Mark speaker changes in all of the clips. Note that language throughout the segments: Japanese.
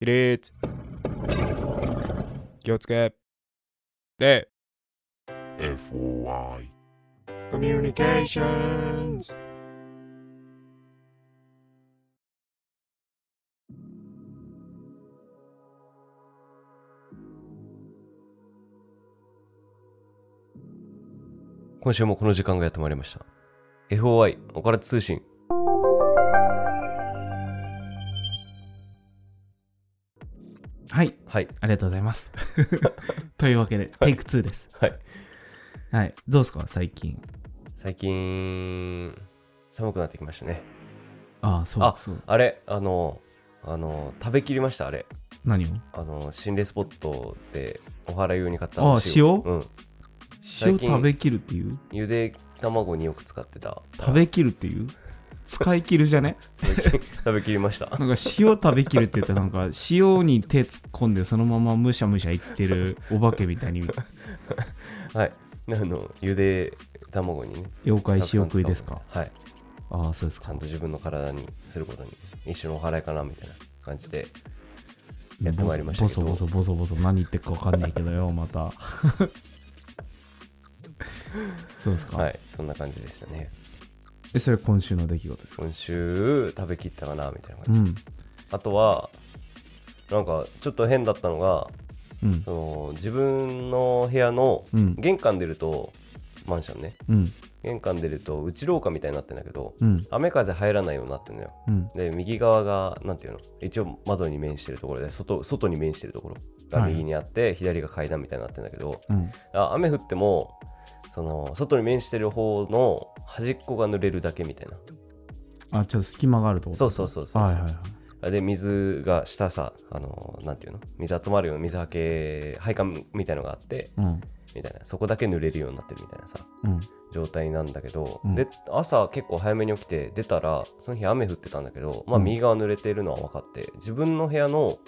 Speaker 1: 起立気をつけ礼
Speaker 2: FOI
Speaker 1: コミュニケーションズ
Speaker 3: 今週もこの時間がやってまいりました。FOI、おから通信。
Speaker 4: はい、
Speaker 3: はい。
Speaker 4: ありがとうござ います。というわけで、テイク2です。
Speaker 3: はい。
Speaker 4: はい、どうですか、最近。
Speaker 3: 最近、寒くなってきましたね。
Speaker 4: ああ、そう
Speaker 3: あ
Speaker 4: そう。
Speaker 3: あれ、あの、あの、食べきりました、あれ。
Speaker 4: 何を
Speaker 3: あの、心霊スポットでお祓い用に買った
Speaker 4: あ塩
Speaker 3: うん。
Speaker 4: 塩
Speaker 3: 最近
Speaker 4: 食べきるっていう
Speaker 3: ゆで卵によく使ってた。
Speaker 4: 食べきるっていう使い切る じゃね
Speaker 3: 食べき食べきりました。
Speaker 4: なんか塩食べきるって言ったらなんか塩に手突っ込んでそのままむしゃむしゃいっ てるお化けみたいに
Speaker 3: はい。あの、ゆで卵にね。
Speaker 4: 妖怪
Speaker 3: たくさん
Speaker 4: 塩食いで すか
Speaker 3: 使うはい。
Speaker 4: ああそうです
Speaker 3: ちゃ
Speaker 4: か
Speaker 3: んと自分の体にすることに、一緒のお祓いかな、みたいな感じで。やってまいりました
Speaker 4: ボ
Speaker 3: けど
Speaker 4: ソボソボソボソ何言ってるかわかんないけどよま たそうですか、
Speaker 3: はい。そんな感じでしたね。
Speaker 4: えそれ今週の出来事ですか
Speaker 3: 今週食べきったかなみたいな
Speaker 4: う
Speaker 3: 感じ、
Speaker 4: ん
Speaker 3: あとはなんかちょっと変だったのが
Speaker 4: うん
Speaker 3: その自分の部屋の
Speaker 4: うん
Speaker 3: 玄関出ると、マンションね
Speaker 4: うん
Speaker 3: 玄関出ると内廊下みたいになってんだけど
Speaker 4: うん
Speaker 3: 雨風入らないようになってんのよ
Speaker 4: うん
Speaker 3: で右側がなんていうの一応窓に面してるところで外外に面してるところが
Speaker 4: はい
Speaker 3: 右にあって、左が階段みたいになってんだけど
Speaker 4: うん
Speaker 3: あ雨降ってもその外に面してる方の端っこが濡れるだけみたいな
Speaker 4: あちょっと隙間があるとこ
Speaker 3: そうそうそうそうそう、
Speaker 4: はいはいはい
Speaker 3: で水が下さあのなんていうの水集まるような水はけ配管みたいのがあって
Speaker 4: うん
Speaker 3: みたいなそこだけ濡れるようになってるみたいなさ
Speaker 4: うん
Speaker 3: 状態なんだけど、
Speaker 4: うん
Speaker 3: で朝結構早めに起きて出たらその日雨降ってたんだけど、まあ、
Speaker 4: うん
Speaker 3: 右側濡れてるのは分かって自分の部屋の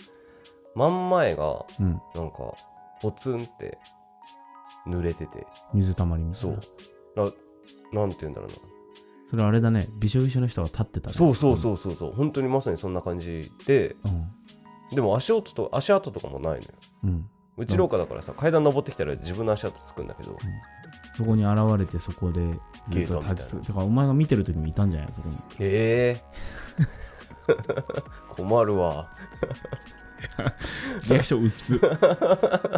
Speaker 3: 真ん前が
Speaker 4: うん
Speaker 3: なんかポツンって濡れてて
Speaker 4: 水たまりみたい
Speaker 3: そ
Speaker 4: な
Speaker 3: うななんて言うんだろうな
Speaker 4: それあれだねびしょびしょの人が立ってたね
Speaker 3: そうそうそうそうそう本当にまさにそんな感じで
Speaker 4: う
Speaker 3: でも足音と足跡とかもないのよ
Speaker 4: んうん
Speaker 3: うち廊下だからさ、階段登ってきたら自分の足跡つくんだけど、
Speaker 4: そこに現れてそこでずっと立ちつくてかお前が見てる時もいたんじゃないそこに
Speaker 3: へえ 困るわ
Speaker 4: リアクション薄っ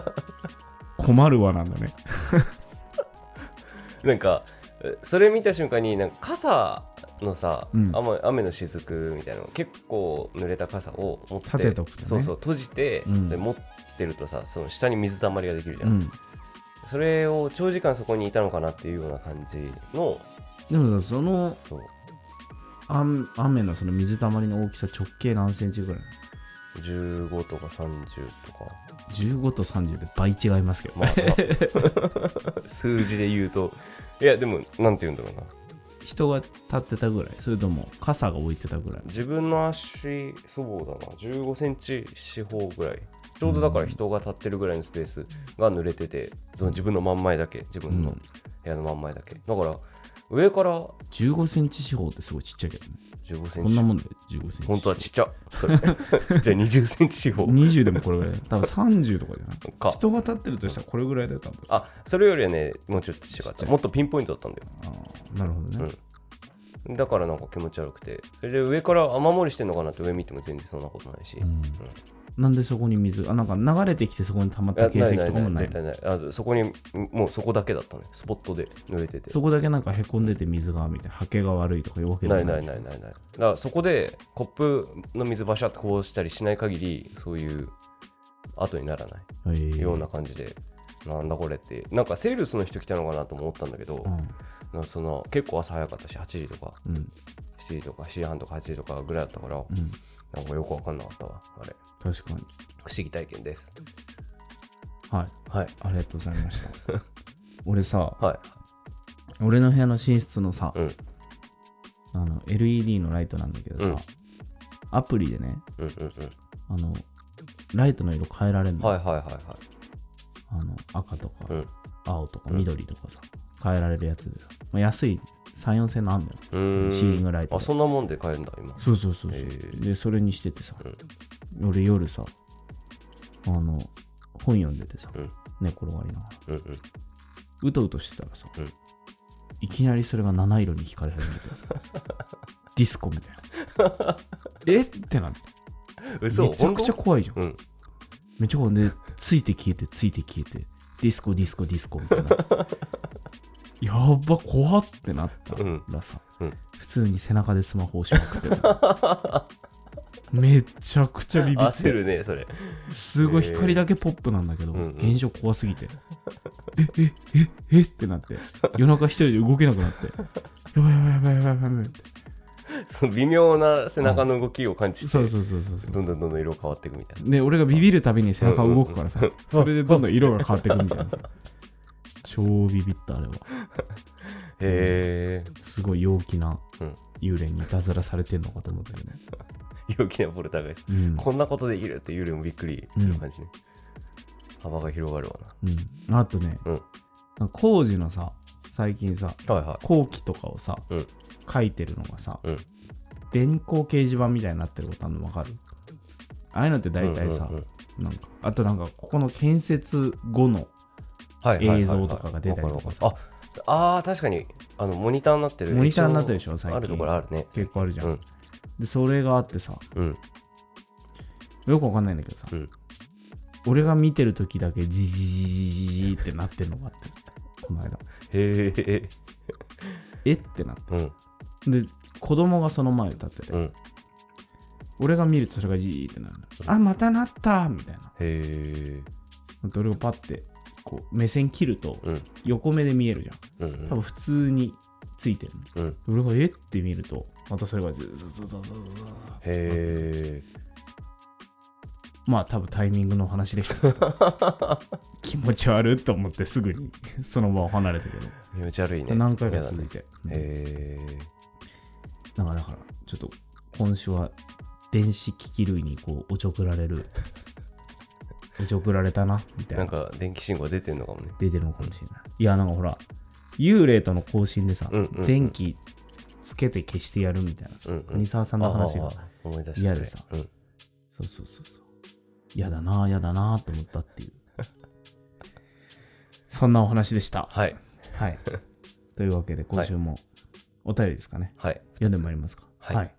Speaker 4: 困るわなんだね
Speaker 3: なんかえそれ見た瞬間になんか傘のさ、
Speaker 4: うん
Speaker 3: 雨雨の雫みたいなの結構濡れた傘を持って
Speaker 4: 立てておくとね
Speaker 3: そうそう閉じて、
Speaker 4: うん
Speaker 3: それ持ってるとさその下に水たまりができるじゃ、
Speaker 4: うんん
Speaker 3: それを長時間そこにいたのかなっていうような感じの
Speaker 4: でもさその
Speaker 3: そう
Speaker 4: 雨雨のその水たまりの大きさ直径何センチぐらい
Speaker 3: 15とか30とか、
Speaker 4: 15と30で倍違いますけど、
Speaker 3: まあま あ数字で言うといやでもなんて言うんだろうな
Speaker 4: 人が立ってたぐらいそれとも傘が置いてたぐらい
Speaker 3: 自分の足そうだな15センチ四方ぐらいちょうどだから人が立ってるぐらいのスペースが濡れててその自分の真ん前だけ自分の
Speaker 4: うん
Speaker 3: 部屋の真ん前だけだから上から
Speaker 4: 15センチ四方ってすごいちっちゃいけどね
Speaker 3: 15セン
Speaker 4: こんな
Speaker 3: チ
Speaker 4: もんだよ15センチ
Speaker 3: 本当はちっちゃそ れじゃあ20センチ四方
Speaker 4: 20でもこれぐらいだよ多分30とかじゃない
Speaker 3: か
Speaker 4: 人が立ってるとしたらこれぐらいだよ多分
Speaker 3: あそれよりはねもうちょっと違っ
Speaker 4: ちっちゃ
Speaker 3: た
Speaker 4: い
Speaker 3: もっとピンポイントだったんだよ
Speaker 4: あーなるほどね、
Speaker 3: だからなんか気持ち悪くてで上から雨漏りしてんのかなって上見ても全然そんなことないし、
Speaker 4: うんなんでそこに水あなんか流れてきてそこに溜まっ
Speaker 3: あ
Speaker 4: た
Speaker 3: な
Speaker 4: 形
Speaker 3: いな
Speaker 4: 跡
Speaker 3: い
Speaker 4: とか
Speaker 3: な
Speaker 4: も
Speaker 3: い
Speaker 4: ない
Speaker 3: 絶対ないあそこにんもうそこだけだったねスポットで濡れてて
Speaker 4: そこだけなんかへこんでて水がみたいな刷毛が悪いとかいうわけでも
Speaker 3: ないないないないないだからそこでコップの水バシャってこうしたりしない限りそういう後にならな
Speaker 4: へー
Speaker 3: いような感じで、なんだこれってなんかセールスの人来たのかなとも思ったんだけど、なんかその結構朝早かったし8時とか
Speaker 4: うんうん
Speaker 3: 7時とか7時半とか8時とかぐらいだったから、
Speaker 4: うん
Speaker 3: なんかよくわかんなかったわあれ
Speaker 4: 確かに
Speaker 3: 不思議体験です
Speaker 4: はい
Speaker 3: はい
Speaker 4: ありがとうござい ました俺さ
Speaker 3: はい
Speaker 4: 俺の部屋の寝室のさ、
Speaker 3: うん
Speaker 4: あの LED のライトなんだけど
Speaker 3: う
Speaker 4: さ、
Speaker 3: ん
Speaker 4: アプリでね
Speaker 3: うんうんう
Speaker 4: あのライトの色変えられる
Speaker 3: ん
Speaker 4: の,、
Speaker 3: はいはいはいは
Speaker 4: あの赤とか、
Speaker 3: いうん
Speaker 4: 青とか
Speaker 3: うん
Speaker 4: 緑とかさ、変えられるやつでさ、まあ、安い34千のあんのよ
Speaker 3: うーん
Speaker 4: シーリングライト
Speaker 3: あそんなもんで買えるんだ今
Speaker 4: そうそうそうそう、
Speaker 3: へー
Speaker 4: でそれにしててさ、
Speaker 3: うん
Speaker 4: 俺夜さ、あの、本読んでてさ、
Speaker 3: うん
Speaker 4: 寝転がりながら、
Speaker 3: うんうん。
Speaker 4: うとうとしてたらさ、
Speaker 3: うん
Speaker 4: いきなりそれが七色に光り始め て、ディスコみたいな。えってなって、
Speaker 3: 嘘
Speaker 4: めちゃくちゃ
Speaker 3: 本
Speaker 4: 怖いじゃん。
Speaker 3: 当うん。
Speaker 4: めっちゃ怖い。で、ついて消えて、ついて消えて、ディスコ、ディスコ、ディスコみたいな。 やっば、怖ってなったらさ、
Speaker 3: うん
Speaker 4: 普通に背中でスマホをしまくってた。 めちゃくちゃビビって
Speaker 3: 焦。るね、それ。
Speaker 4: すごい
Speaker 3: へー
Speaker 4: 光だけポップなんだけど、
Speaker 3: うんうん
Speaker 4: 現象怖すぎて。え、え、え、えってなって、夜中一人で動けなくなって。やばいやばいやばいやばいやばいやばいって。
Speaker 3: その微妙な背中の動きを感知して、
Speaker 4: そうそうそうそうそう。
Speaker 3: どんどんどんどん色変わっていくみたいな。
Speaker 4: で、俺がビビるたびに背中動くからさ、 それでどんどん色が変わってくみたいなさ。超ビビった、あれは。
Speaker 3: へ
Speaker 4: すごい陽気な
Speaker 3: うん
Speaker 4: 幽霊にいたずらされてんのかと思ったけどね。
Speaker 3: え。陽気なポルターガイス。
Speaker 4: うん。
Speaker 3: こんなことできるって幽霊もびっくりする感じね。幅が広がるわ
Speaker 4: うん、あとね、
Speaker 3: うん
Speaker 4: なんか工事のさ、最近さ、
Speaker 3: な。はいは
Speaker 4: 後期とかをさ、
Speaker 3: うん
Speaker 4: 書いてるのがさ、
Speaker 3: うん
Speaker 4: 電光掲示板みたいになってることあるの分かるああいうのって大体さ、
Speaker 3: うんうんうん
Speaker 4: なんかあとなんかここの建設後の
Speaker 3: はいはいはいはい。
Speaker 4: 映像とかが出たりとかさ
Speaker 3: わるわるああー、確かに、あの、モニターになってる。
Speaker 4: モニターになってるでしょ
Speaker 3: 一応
Speaker 4: 最近
Speaker 3: あるところあるね。
Speaker 4: 結構あるじゃん、
Speaker 3: うん
Speaker 4: でそれがあってさ
Speaker 3: うん。
Speaker 4: よくわかんないんだけどさ、
Speaker 3: うん
Speaker 4: 俺が見てる時だけジジジジジジってなってるのがあってこの間
Speaker 3: へえ。
Speaker 4: えってなって
Speaker 3: うん。
Speaker 4: で子供がその前に立ってて、
Speaker 3: うん。
Speaker 4: 俺が見るとそれがジーってなるのあまたなったみたいな
Speaker 3: へえ。
Speaker 4: で俺がパッてこう目線切ると
Speaker 3: うん。
Speaker 4: 横目で見えるじ
Speaker 3: うん
Speaker 4: ゃん多分普通についてる
Speaker 3: うん。うん。
Speaker 4: の俺がえって見るとまたそれがずずずずずずず
Speaker 3: へえ。
Speaker 4: まあ多分タイミングの話でしょ 気持ち悪いと思ってすぐにその場を離れたけど、
Speaker 3: 気持ち悪いね。
Speaker 4: 何回か
Speaker 3: やだ
Speaker 4: 続い
Speaker 3: ね。
Speaker 4: て
Speaker 3: へ
Speaker 4: だからだからちょっと今週は電子機器類にこうおちょくら れるおちょくられたな
Speaker 3: え。
Speaker 4: みたい
Speaker 3: な
Speaker 4: なん
Speaker 3: か電気信号出てんのかもね。
Speaker 4: 出てるのかもしれない。いや、なんかほら、幽霊との交信でさ、
Speaker 3: うんうんうん
Speaker 4: 電気つけて消してやるみたいなさ、
Speaker 3: うんうん
Speaker 4: 国沢さんの話が
Speaker 3: あ、あ思い出した。
Speaker 4: リアルさ
Speaker 3: それうん。
Speaker 4: そうそうそうそう、嫌だな、嫌だなと思ったっ ていう。そんなお話でした。
Speaker 3: はい。
Speaker 4: はい。というわけで、今週もお便りですかね、
Speaker 3: はい。
Speaker 4: 読んでまいりますか。
Speaker 3: はい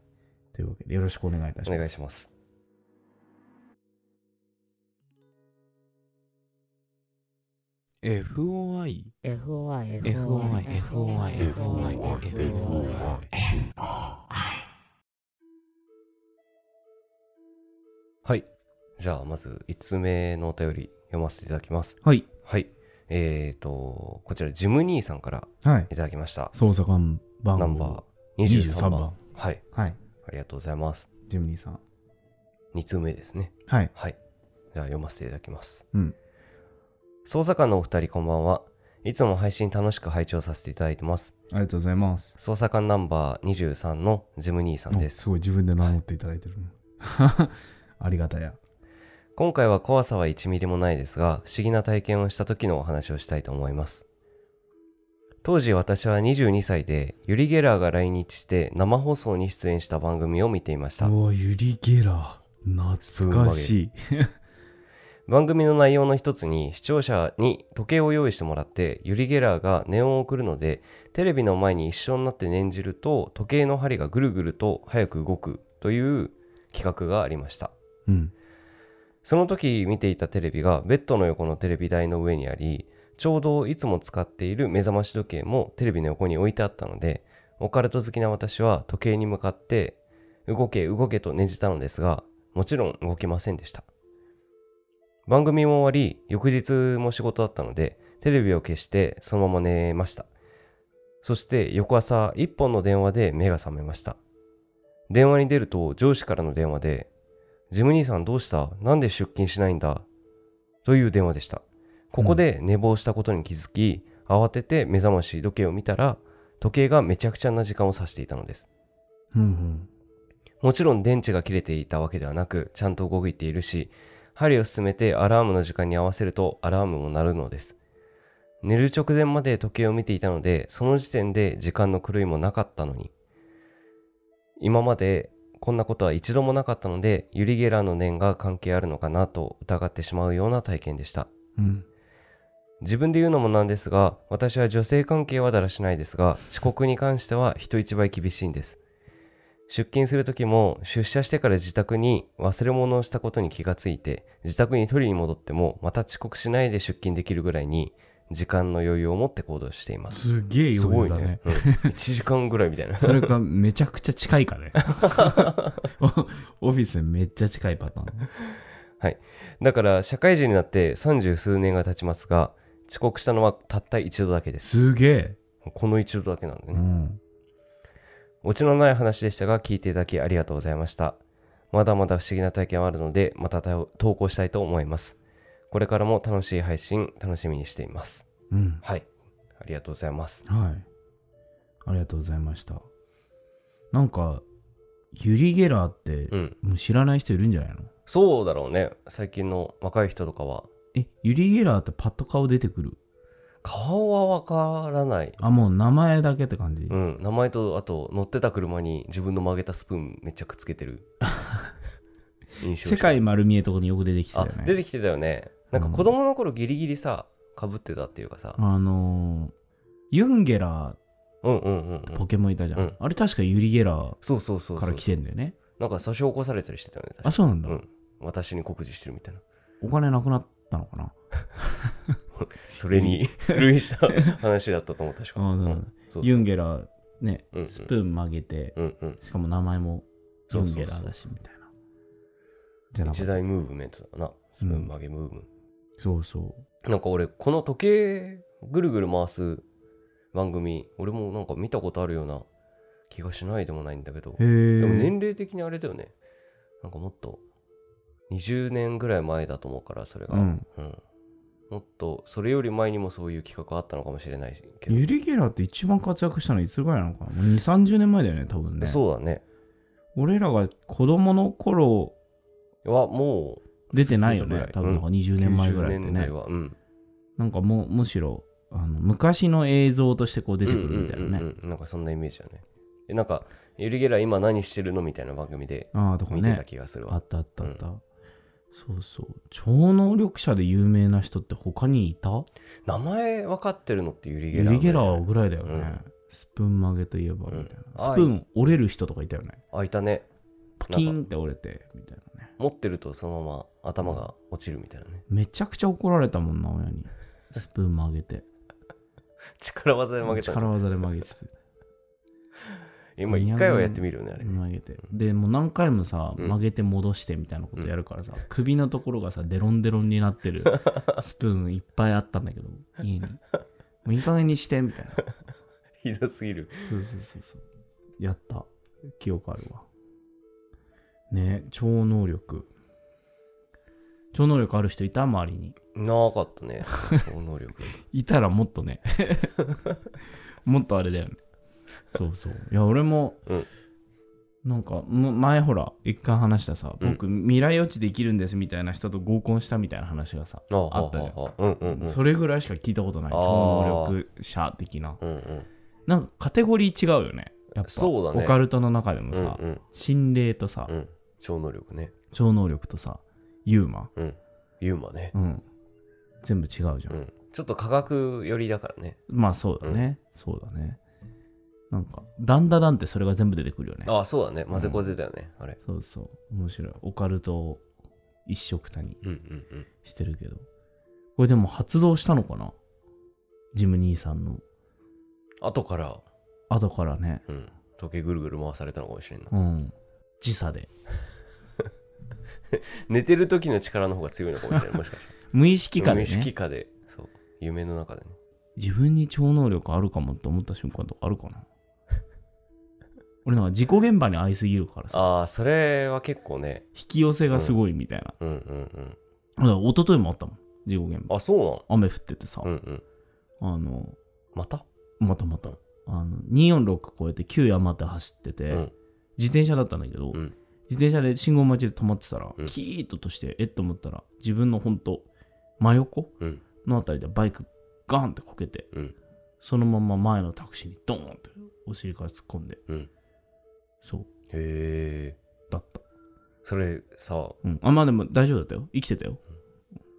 Speaker 4: というわけで、よろしくお願いいたし
Speaker 3: お
Speaker 4: ます。
Speaker 3: 願いします。
Speaker 1: FOI
Speaker 2: E FOI
Speaker 1: FOI FOI
Speaker 2: FOI FOI
Speaker 1: FOI
Speaker 2: e FOI
Speaker 3: はい。じゃあ、まず5つ目のお便り読ませていただきます。
Speaker 4: はい。
Speaker 3: はい。えっと、こちら、ジム兄さんから
Speaker 4: はい。
Speaker 3: いただきました。
Speaker 4: 捜査官番
Speaker 3: ナ
Speaker 4: 号
Speaker 3: ンバー23番。
Speaker 4: 番
Speaker 3: はい。
Speaker 4: はい。
Speaker 3: ありがとうございます。
Speaker 4: ジムニーさん。
Speaker 3: 2通目ですね。
Speaker 4: はい。
Speaker 3: はい。じゃあ読ませていただきます。
Speaker 4: うん。
Speaker 3: 捜査官のお二人こんばんは。いつも配信楽しく拝聴させていただいてます。
Speaker 4: ありがとうございます。
Speaker 3: 捜査官ナンバー23のジム兄さん
Speaker 4: お
Speaker 3: です。
Speaker 4: すごい自分で名乗っていただいてるね。 ありがたや。
Speaker 3: 今回は怖さは1ミリもないですが、不思議な体験をした時のお話をしたいと思います。当時私は22歳で、ユリ・ゲラーが来日して生放送に出演した番組を見ていました。
Speaker 4: おユリゲラー。懐かしい。
Speaker 3: 番組の内容の一つに視聴者に時計を用意してもらってユリ・ゲラーがネオンを送るのでテレビの前に一緒になって念じると時計の針がぐるぐると早く動くという企画がありました
Speaker 4: うん。
Speaker 3: その時見ていたテレビがベッドの横のテレビ台の上にありちょうどいつも使っている目覚まし時計もテレビの横に置いてあったのでオカルト好きな私は時計に向かって動け動けとねじったのですがもちろん動きませんでした番組も終わり翌日も仕事だったのでテレビを消してそのまま寝ましたそして翌朝一本の電話で目が覚めました電話に出ると上司からの電話でジム兄さんどうしたなんで出勤しないんだという電話でした。ここで寝坊したことに気づき、慌てて目覚まし時計を見たら、時計がめちゃくちゃな時間を指していたのです。
Speaker 4: うん
Speaker 3: もちろん電池が切れていたわけではなく、ちゃんと動いているし、針を進めてアラームの時間に合わせるとアラームも鳴るのです。寝る直前まで時計を見ていたので、その時点で時間の狂いもなかったのに。今までこんなことは一度もなかったのでユリ・ゲラーの念が関係あるのかなと疑ってしまうような体験でした
Speaker 4: うん。
Speaker 3: 自分で言うのもなんですが私は女性関係はだらしないですが遅刻に関しては人一倍厳しいんです出勤する時も出社してから自宅に忘れ物をしたことに気がついて自宅に取りに戻ってもまた遅刻しないで出勤できるぐらいに時間の余裕を持って行動しています
Speaker 4: すげえ
Speaker 3: す
Speaker 4: 余
Speaker 3: ごい
Speaker 4: 裕だね。
Speaker 3: ね、うん、1時間ぐらいみたいな
Speaker 4: それかめちゃくちゃ近いかね。オフィスめっちゃ近いパターン。
Speaker 3: だから社会人になって三十数年が経ちますが遅刻したのはたった一度だけです
Speaker 4: すげえ。
Speaker 3: この一度だけなんで
Speaker 4: う
Speaker 3: ね、
Speaker 4: ん。
Speaker 3: オチのない話でしたが聞いていただきありがとうございましたまだまだ不思議な体験はあるのでまた投投稿したいと思いますこれからも楽しい配信楽しみにしています
Speaker 4: うん。
Speaker 3: はいありがとうございます
Speaker 4: はい。ありがとうございました。なんか、ユリ・ゲラーって、
Speaker 3: うん
Speaker 4: もう知らない人いるんじゃないの
Speaker 3: そうだろうね最近の若い人とかは
Speaker 4: え、ユリ・ゲラーってパッと顔出てくる
Speaker 3: 顔はわからない
Speaker 4: あ、もう名前だけって感じ。
Speaker 3: うん名前とあと乗ってた車に自分の曲げたスプーンめっちゃくっつけて る印象しか
Speaker 4: 世界丸見えとこによく出てきてた
Speaker 3: あ
Speaker 4: よね。
Speaker 3: 出てきてたよねなんか子供の頃ギリギリさかぶってたっていうかさ、
Speaker 4: あのーユンゲラ
Speaker 3: うん、うんうんう
Speaker 4: ー
Speaker 3: ん
Speaker 4: ポケモンいたじゃん。
Speaker 3: うん
Speaker 4: あれ確かユリ・ゲラ
Speaker 3: そうそうそう
Speaker 4: ー
Speaker 3: そ
Speaker 4: か
Speaker 3: う
Speaker 4: ら来てんだよね。
Speaker 3: なんか差し起こされたりしてたよね確か
Speaker 4: あ、そうなんだ。
Speaker 3: うん私に告示してるみ たいな
Speaker 4: お金なくなったのかな
Speaker 3: それに類似した話だったと思う確か
Speaker 4: あそう
Speaker 3: う
Speaker 4: なんだ
Speaker 3: んそうそう
Speaker 4: ユンゲラーね、
Speaker 3: うんうん
Speaker 4: スプーン曲げて、
Speaker 3: うんうん
Speaker 4: しかも名前もユ
Speaker 3: そう
Speaker 4: ン
Speaker 3: そう
Speaker 4: ゲ
Speaker 3: そ
Speaker 4: ラー
Speaker 3: う
Speaker 4: だしみたいな。じゃなか
Speaker 3: 一
Speaker 4: った
Speaker 3: 大ムーブメントだなスプーン曲げムーブ、
Speaker 4: そうそう。
Speaker 3: なんか俺この時計ぐるぐる回す番組俺もなんか見たことあるような気がしないでもないんだけど
Speaker 4: へえ。
Speaker 3: でも年齢的にあれだよね。なんかもっと20年ぐらい前だと思うから、それが。
Speaker 4: うん
Speaker 3: もっと、それより前にもそういう企画あったのかもしれないけど。
Speaker 4: ユリ・ゲラーって一番活躍したのいつぐらいなのかなもう2、30年前だよね、多分ね。
Speaker 3: そうだね。
Speaker 4: 俺らが子供の頃
Speaker 3: は、もう。
Speaker 4: 出てないよね。
Speaker 3: 多
Speaker 4: 多
Speaker 3: 分
Speaker 4: 分なんか20年前ぐらいって
Speaker 3: 90年代
Speaker 4: ね。
Speaker 3: は。うん。
Speaker 4: なんかもうむしろあの昔の映像としてこう出てくるみたいなね。
Speaker 3: うんうんうんうんなんかそんなイメージだね。えなんか、ゆりゲラ今何してるのみたいな番組で
Speaker 4: ああ、とか
Speaker 3: 見てた
Speaker 4: ね。
Speaker 3: 気がする
Speaker 4: あ
Speaker 3: わ。
Speaker 4: ったあったあった。そうそう。超能力者で有名な人って他にいた
Speaker 3: 名前分かってるのってゆりゲ
Speaker 4: ユ
Speaker 3: ラ。
Speaker 4: リ・ゲラーぐらいだよね。
Speaker 3: うん
Speaker 4: スプーン曲げといえばみたいな。
Speaker 3: うん
Speaker 4: スプーン折れる人とかいたよね。
Speaker 3: あ、いたね。
Speaker 4: パキンって折れてみたいなね。
Speaker 3: 持ってるとそのまま頭が落ちるみたいなね。
Speaker 4: めちゃくちゃ怒られたもんな、親に。スプーン曲げて。
Speaker 3: 力技で負けたんだ
Speaker 4: 力技で曲げてて。
Speaker 3: 今一回はやってみるよねあれね
Speaker 4: 曲げて。で、もう何回もさ、
Speaker 3: うん
Speaker 4: 曲げて戻してみたいなことやるからさ、首のところがさ、デロンデロンになっ てるスプーンいっぱいあったんだけど、家に。もういい加減にして、みた いな。
Speaker 3: ひどすぎる
Speaker 4: そうそうそうそう。やった。記憶あるわ。ね超能力。超能力ある人いた周りに。
Speaker 3: なかった ね超能力
Speaker 4: いたらもっとね もっとあれだよねそうそういや俺も、
Speaker 3: うん
Speaker 4: なんかむ前ほら一回話したさ
Speaker 3: うん
Speaker 4: 僕、未来予知できるんですみたいな人と合コンしたみたいな話がさ、
Speaker 3: ああ
Speaker 4: あったじゃん
Speaker 3: ああうんうんうん
Speaker 4: それぐらいしか聞いたことない
Speaker 3: あ
Speaker 4: 超
Speaker 3: ー
Speaker 4: 能力者的な
Speaker 3: うんうん
Speaker 4: なんかカテゴリー違うよねやっぱ
Speaker 3: そうだね
Speaker 4: オカルトの中でも
Speaker 3: う
Speaker 4: さ、
Speaker 3: んうん
Speaker 4: 心霊とさ、
Speaker 3: うん超能力ね
Speaker 4: 超能力とさユーマ
Speaker 3: うんユーマね
Speaker 4: うん全部違うじゃん
Speaker 3: うんちょっと科学寄りだからね
Speaker 4: まあそうだね、そうだね。なんか、ダンダダンってそれが全部出てくるよね。
Speaker 3: ああそうだねマゼコゼだよねあれ
Speaker 4: そうそう、面白い。オカルトを一色たに
Speaker 3: うんうんうん
Speaker 4: してるけど。これでも発動したのかなジム兄さんの
Speaker 3: 後から
Speaker 4: 後からね。
Speaker 3: うん時計ぐるぐる回されたのかもしれんな
Speaker 4: うん。時差で。
Speaker 3: 寝てる時の力の方が強いのかもしれないもしか した
Speaker 4: 無意識
Speaker 3: ら
Speaker 4: 下
Speaker 3: 無
Speaker 4: で
Speaker 3: 意識
Speaker 4: ね。
Speaker 3: 下でそう夢の中でね
Speaker 4: 自分に超能力あるかもって思った瞬間とかあるかな 俺なんか事故現場に会いすぎるからさ、
Speaker 3: ああそれは結構ね
Speaker 4: 引き寄せがすごいみたいな。
Speaker 3: うんうん
Speaker 4: だから一昨日もあったもん、事故現
Speaker 3: うん
Speaker 4: 場。
Speaker 3: あそう
Speaker 4: 雨降っててさ、
Speaker 3: なのうんうん
Speaker 4: あの、
Speaker 3: また
Speaker 4: またまた。あの246超えて9山手走ってて、
Speaker 3: うん
Speaker 4: 自転車だったんだけ
Speaker 3: う
Speaker 4: ど、
Speaker 3: ん
Speaker 4: 自転車で信号待ちで止まってたら、
Speaker 3: うん
Speaker 4: キーッととしてえっと思ったら自分のほんと真横
Speaker 3: うん
Speaker 4: のあたりでバイクガーンってこけて
Speaker 3: うん
Speaker 4: そのまま前のタクシーにドーンってお尻から突っ込んで
Speaker 3: うん
Speaker 4: そう
Speaker 3: へえ
Speaker 4: ったあった。
Speaker 3: それさ、
Speaker 4: うん。あ、まあでも大丈夫だったよ。生きてたよ。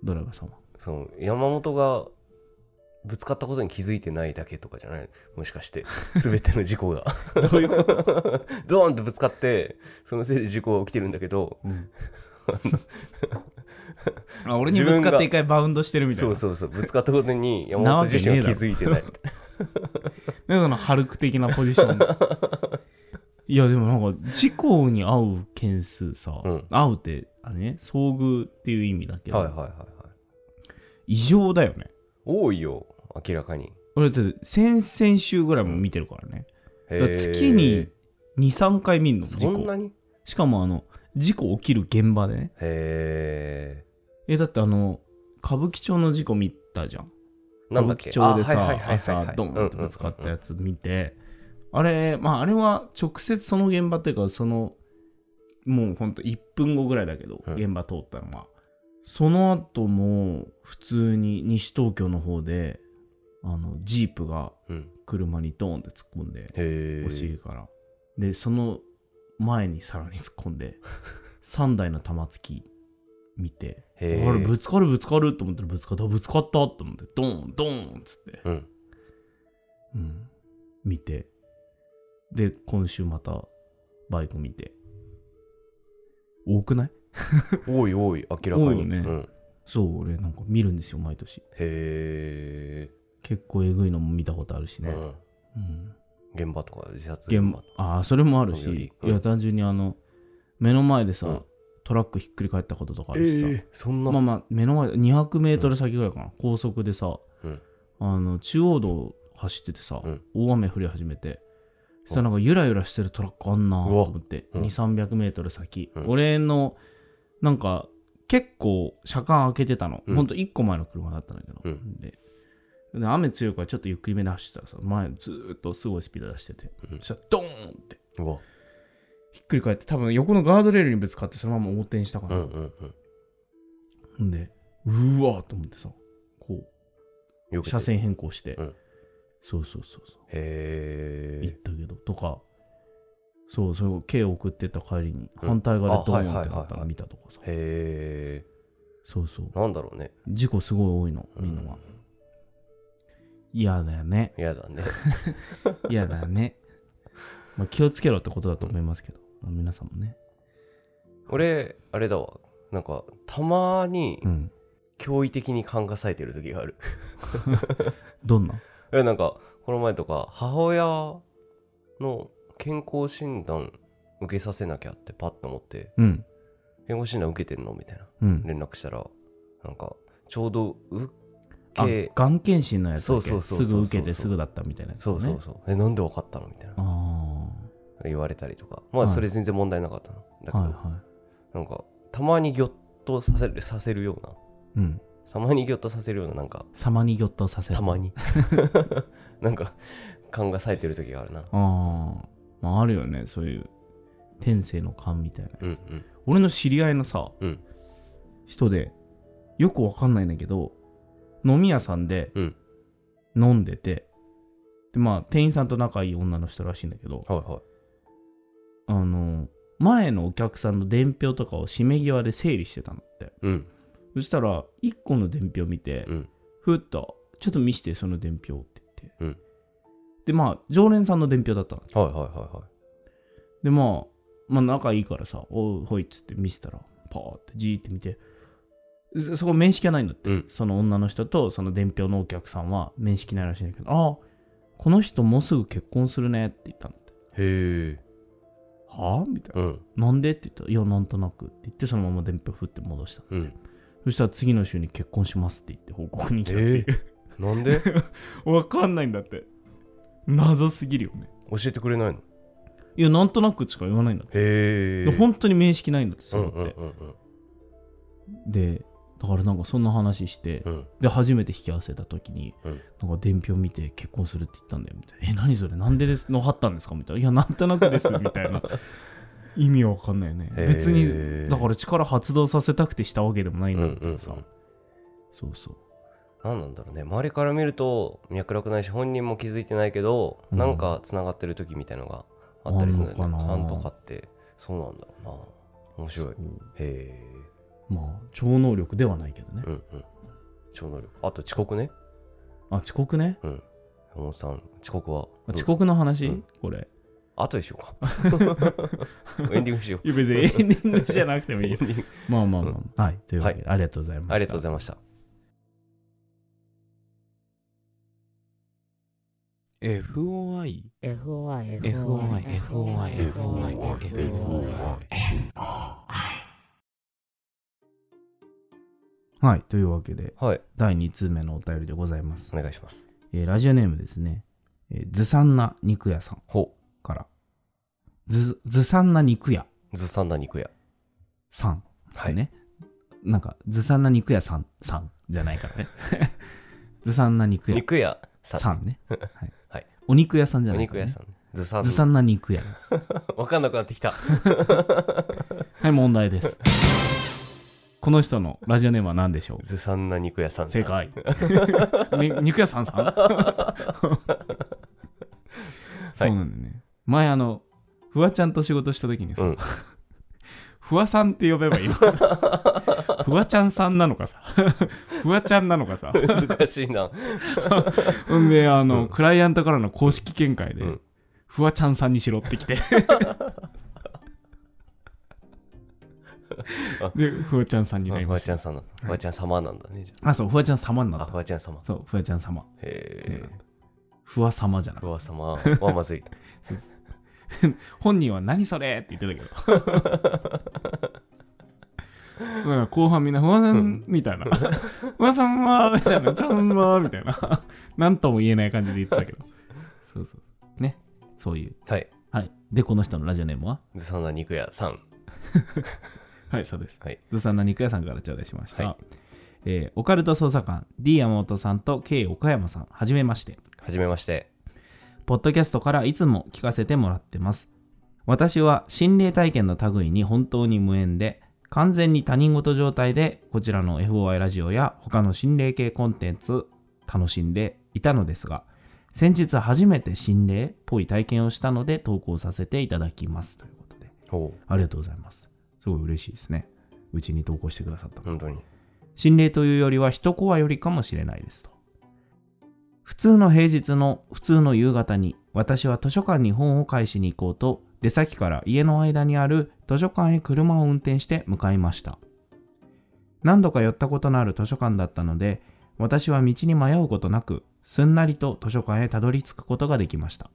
Speaker 4: ドライバーさんは。
Speaker 3: その山本がぶつかったことに気づいてないだけとかじゃないもしかして 全ての事故が
Speaker 4: どういうこ
Speaker 3: ドーンってぶつかってそのせいで事故が起きてるんだけど
Speaker 4: うん、 あ俺にぶつかって一回バウンドしてるみたい
Speaker 3: そ
Speaker 4: な。
Speaker 3: うそうそうぶつかったことに山
Speaker 4: な
Speaker 3: 本
Speaker 4: わけ
Speaker 3: 自
Speaker 4: ねえ
Speaker 3: 身
Speaker 4: だ
Speaker 3: は
Speaker 4: ろ
Speaker 3: 気づいてない
Speaker 4: でそのハルク的なポジシ ョン。いやでもなんか事故に遭う件数さ、
Speaker 3: うん
Speaker 4: 遭うってあれね遭遇っていう意味だけど、
Speaker 3: はいはいはいはい
Speaker 4: 異常だよね。
Speaker 3: 多いよ明らかに
Speaker 4: 俺だって先々週ぐらいも見てるからね。
Speaker 3: へー
Speaker 4: だから月に23回見んの事
Speaker 3: そんな
Speaker 4: 故。
Speaker 3: に
Speaker 4: しかもあの事故起きる現場でね。
Speaker 3: へ
Speaker 4: えだってあの歌舞伎町の事故見たじゃん。
Speaker 3: え
Speaker 4: 歌
Speaker 3: なん
Speaker 4: 舞
Speaker 3: だっ
Speaker 4: 伎
Speaker 3: け
Speaker 4: 町で
Speaker 3: あはいはい
Speaker 4: さ
Speaker 3: はいはいはい
Speaker 4: 朝ドーンってぶつかっ
Speaker 3: うん
Speaker 4: た
Speaker 3: うんうん
Speaker 4: やつ見てあれまああれは直接その現場っていうかそのもうほんと1分後ぐらいだけど
Speaker 3: うん
Speaker 4: 現場通ったのはその後も普通に西東京の方であのジープが
Speaker 3: うん
Speaker 4: 車にドーンって突っ込んで
Speaker 3: へ
Speaker 4: お尻からでその前にさらに突っ込 んで3台の玉突き見て
Speaker 3: えへえ
Speaker 4: あれぶつかるぶつかると思ったらぶつかったぶつかったと思ってドーンドーンっつって、
Speaker 3: うん
Speaker 4: うん、見てで今週またバイク見て多くない
Speaker 3: 多い多い明らか
Speaker 4: 多いよ
Speaker 3: に
Speaker 4: ね
Speaker 3: うん
Speaker 4: そう俺なんか見るんですよ毎年
Speaker 3: へ
Speaker 4: 結構えぐいのも見たことあるし
Speaker 3: えう
Speaker 4: ね、
Speaker 3: ん
Speaker 4: うん、
Speaker 3: 現場とか自殺
Speaker 4: 現場ああそれもある
Speaker 3: それより
Speaker 4: し、
Speaker 3: うん
Speaker 4: いや単純にあの目の前でさ、
Speaker 3: うん
Speaker 4: トラックひっくり返ったこととかあ
Speaker 3: え
Speaker 4: るしさ、
Speaker 3: ーそんな、
Speaker 4: まあまあ目の前200メートル先ぐらいかな、高速でさ、
Speaker 3: うん
Speaker 4: あの中央道を走っててさ、
Speaker 3: うん
Speaker 4: 大雨降り始めてそしたらなんかゆらゆらしてるトラックあんなと思って
Speaker 3: う
Speaker 4: 2
Speaker 3: わうん
Speaker 4: 3 0 0メートル先、
Speaker 3: うん
Speaker 4: 俺のなんか結構車間開けてたの、
Speaker 3: うん
Speaker 4: ほんと1個前の車だったんだけど、
Speaker 3: うん
Speaker 4: でで雨強いからちょっとゆっくりめで走ってたらさ前ずーっとすごいスピード出してて、
Speaker 3: うん
Speaker 4: そしたらドーンって
Speaker 3: うわ
Speaker 4: ひっくり返って多分横のガードレールにぶつかってそのまま横転したか
Speaker 3: う
Speaker 4: ら、
Speaker 3: んうんうん
Speaker 4: んでうーわーと思ってさこ
Speaker 3: よ
Speaker 4: う
Speaker 3: く
Speaker 4: 車線変更して、
Speaker 3: うん
Speaker 4: そうそうそうそう
Speaker 3: へ
Speaker 4: 行っ
Speaker 3: え
Speaker 4: たけどとかそうそう K 送ってった帰りに反対側でドーンってなったの見たとかさ
Speaker 3: へ
Speaker 4: そうそう
Speaker 3: えなんだろうね
Speaker 4: 事故すごい多いのみんなは嫌だよね
Speaker 3: 嫌だね
Speaker 4: 嫌だよね まあ気をつけろってことだと思いますけど、まあ皆さんもね
Speaker 3: 俺あれだわなんかたまに
Speaker 4: うん
Speaker 3: 驚異的に感が冴えてる時がある
Speaker 4: どんな
Speaker 3: えなんかこの前とか母親の健康診断受けさせなきゃってパッと思って
Speaker 4: うん
Speaker 3: 健康診断受けてんのみたいな
Speaker 4: うん
Speaker 3: 連絡したらなんかちょうど受
Speaker 4: あ
Speaker 3: け
Speaker 4: がん検診のやつだっけ
Speaker 3: そうそうそう
Speaker 4: す
Speaker 3: そ
Speaker 4: ぐ
Speaker 3: うそう
Speaker 4: 受けてすぐだったみたいなやつだ
Speaker 3: そ
Speaker 4: ね、
Speaker 3: うそうそうえなんでわかったのみたいな
Speaker 4: あ
Speaker 3: 言われたりとかまあ
Speaker 4: はい
Speaker 3: それ全然問題なかったの、だけ
Speaker 4: あ
Speaker 3: ど、
Speaker 4: はいは
Speaker 3: なんかたまにぎょっとさせるさせるようない
Speaker 4: うん
Speaker 3: たまにぎょっとさせるようななんか
Speaker 4: 様にぎょっとさせる
Speaker 3: たま になんか勘が冴えてる時があるな
Speaker 4: ああ、まああるよね、そういう天性の勘みたいなやつ。
Speaker 3: うんうん
Speaker 4: 俺の知り合いのさ、
Speaker 3: うん
Speaker 4: 人で、よくわかんないんだけど、飲み屋さんで
Speaker 3: うん
Speaker 4: 飲んでて、で、まあ店員さんと仲いい女の人らしいんだけど、
Speaker 3: はいはい
Speaker 4: あの、前のお客さんの伝票とかを締め際で整理してたのって。
Speaker 3: うん
Speaker 4: そしたら、1個の伝票見て、
Speaker 3: うん
Speaker 4: ふっと、ちょっと見してその伝票って言って。
Speaker 3: うん
Speaker 4: で、まあ常連さんの伝票だったの。
Speaker 3: はいはいはいはい
Speaker 4: でまあまあ仲いいからさ「おうほい」っつって見せたらパーってじーって見てそそこ面識はないんだって、
Speaker 3: うん
Speaker 4: その女の人とその伝票のお客さんは面識ないらしいんだけど「ああこの人もうすぐ結婚するね」って言ったのって
Speaker 3: へえ
Speaker 4: 「はあ?」みたい
Speaker 3: うん
Speaker 4: な「なんで?」って言ったら「いやなんとなく」って言ってそのまま伝票振って戻した
Speaker 3: うん
Speaker 4: そしたら次の週に結婚しますって言って報告に来たっていう、
Speaker 3: なんで 教
Speaker 4: わかんないんだって謎すぎるよね
Speaker 3: えてくれないの
Speaker 4: いやなんとなくしか言わないんだって、
Speaker 3: へえ
Speaker 4: で本当に面識ないんだってそううんやって、
Speaker 3: うんうんうん
Speaker 4: でだからなんかそんな話して、
Speaker 3: うん
Speaker 4: で初めて引き合わせた時に、
Speaker 3: うん
Speaker 4: なんか伝票見て結婚するって言ったんだよみたいな「え何それなんでですのはったんですか?」みたいな「いやなんとな くです」みたいな意味わかんないよね
Speaker 3: へー
Speaker 4: 別にだから力発動させたくてしたわけでもないん
Speaker 3: うんう
Speaker 4: だ
Speaker 3: ん
Speaker 4: け
Speaker 3: う
Speaker 4: ど
Speaker 3: ん
Speaker 4: さ、そうそう
Speaker 3: 何なんだろうね周りから見ると脈絡ないし本人も気づいてないけど、
Speaker 4: うん
Speaker 3: なんかつながってる時みたいのがあったりするんだよ
Speaker 4: あん
Speaker 3: ね
Speaker 4: のかな
Speaker 3: 勘とかってそうなんだろうな。面白い。へえ。
Speaker 4: まあ、超能力ではないけどね。
Speaker 3: うんうん。超能力。あと遅刻ね。
Speaker 4: あ、遅刻ね。
Speaker 3: 山本さん、遅刻は
Speaker 4: あ
Speaker 3: どうです
Speaker 4: 遅
Speaker 3: か。
Speaker 4: 刻の話、
Speaker 3: うん
Speaker 4: これ。
Speaker 3: 後でしようか。 エンディングしよう。
Speaker 4: いや、別にエンディングじゃなくてもいい
Speaker 3: エン
Speaker 4: よ。
Speaker 3: ディング
Speaker 4: まあまあまあ。はい。というわけで、ありがとうございました。
Speaker 3: ありがとうございました。
Speaker 1: FOI
Speaker 2: E FOI e
Speaker 1: FOI FOI FOI FOI
Speaker 4: はい。というわけで、
Speaker 3: はい。
Speaker 4: 第2通目のお便りでございます。
Speaker 3: お願いします。
Speaker 4: えーラジオネームですね、えーずさんな肉屋さん
Speaker 3: ほ
Speaker 4: から、ず、ずさんな肉屋
Speaker 3: う。ずさんだ肉屋。
Speaker 4: さん、
Speaker 3: はい。
Speaker 4: ね。なんか、ずさんな肉屋さん、さんじゃないか らね。ずさんな肉屋
Speaker 3: 肉屋さん。
Speaker 4: さんね。はい。
Speaker 3: はい
Speaker 4: お肉屋さんじゃ
Speaker 3: お
Speaker 4: ない
Speaker 3: 肉
Speaker 4: から、
Speaker 3: 屋
Speaker 4: ね
Speaker 3: さ。ん。ずさん。
Speaker 4: ずさんな肉屋。
Speaker 3: わかんなくなってきた。
Speaker 4: はい、問題 です。この人のラジオネームは何でしょう
Speaker 3: ずさんな肉屋さん。
Speaker 4: 正。解。 に肉屋さんさん、そうなんだよね。前あの、フワちゃんと仕事した時にさ、
Speaker 3: うん
Speaker 4: フワさんって呼べばいいのかな フワちゃんさんなのかさ、 フワちゃんなのか さ。
Speaker 3: 難しいな。
Speaker 4: ほんで、あ
Speaker 3: う
Speaker 4: の、
Speaker 3: ん
Speaker 4: クライアントからの公式見解で、
Speaker 3: うん
Speaker 4: フワちゃんさんにしろっ てきて。で、フワちゃんさんになり
Speaker 3: フ
Speaker 4: ま
Speaker 3: ワ
Speaker 4: し
Speaker 3: ちゃんさんなんだ。フワちゃん様なんだね。じゃ
Speaker 4: た。あ、そう、フワちゃん様にな
Speaker 3: あ、
Speaker 4: っ
Speaker 3: あ
Speaker 4: た
Speaker 3: フ。ワちゃん様。
Speaker 4: そう、フワちゃん様。
Speaker 3: へえ。
Speaker 4: フワ様じゃな
Speaker 3: フ
Speaker 4: くて。
Speaker 3: ワ様はま ずい。
Speaker 4: 本人は何それって言ってたけど。 だから後半みんな、フワさんみたいな。フワさんはみたいな、ちゃんはみたいな。なんとも言えない感じで言ってたけど。そうそう。ね。そういう。
Speaker 3: はい。
Speaker 4: はい。で、この人のラジオネームは
Speaker 3: ずさんな肉屋さん。
Speaker 4: はい、そうです。
Speaker 3: はい
Speaker 4: ずさんな肉屋さんから頂戴しました。
Speaker 3: はい
Speaker 4: えーオカルト捜査官 D 山本さんと K 岡山さん、はじめまして。
Speaker 3: はじめまして。
Speaker 4: ポッドキャストからいつも聞かせてもらってます。私は心霊体験の類に本当に無縁で、完全に他人事状態でこちらの FOI ラジオや他の心霊系コンテンツ楽しんでいたのですが、先日初めて心霊っぽい体験をしたので投稿させていただきますということで、
Speaker 3: ほ
Speaker 4: ありがとうございます。すごい嬉しいですね。うちに投稿してくださった
Speaker 3: う。本当に。
Speaker 4: 心霊というよりは一コアよりかもしれないですと。普通の平日の普通の夕方に私は図書館に本を返しに行こうと出先から家の間にある図書館へ車を運転して向かいました。何度か寄ったことのある図書館だったので私は道に迷うことなくすんなりと図書館へたどり着くことができました。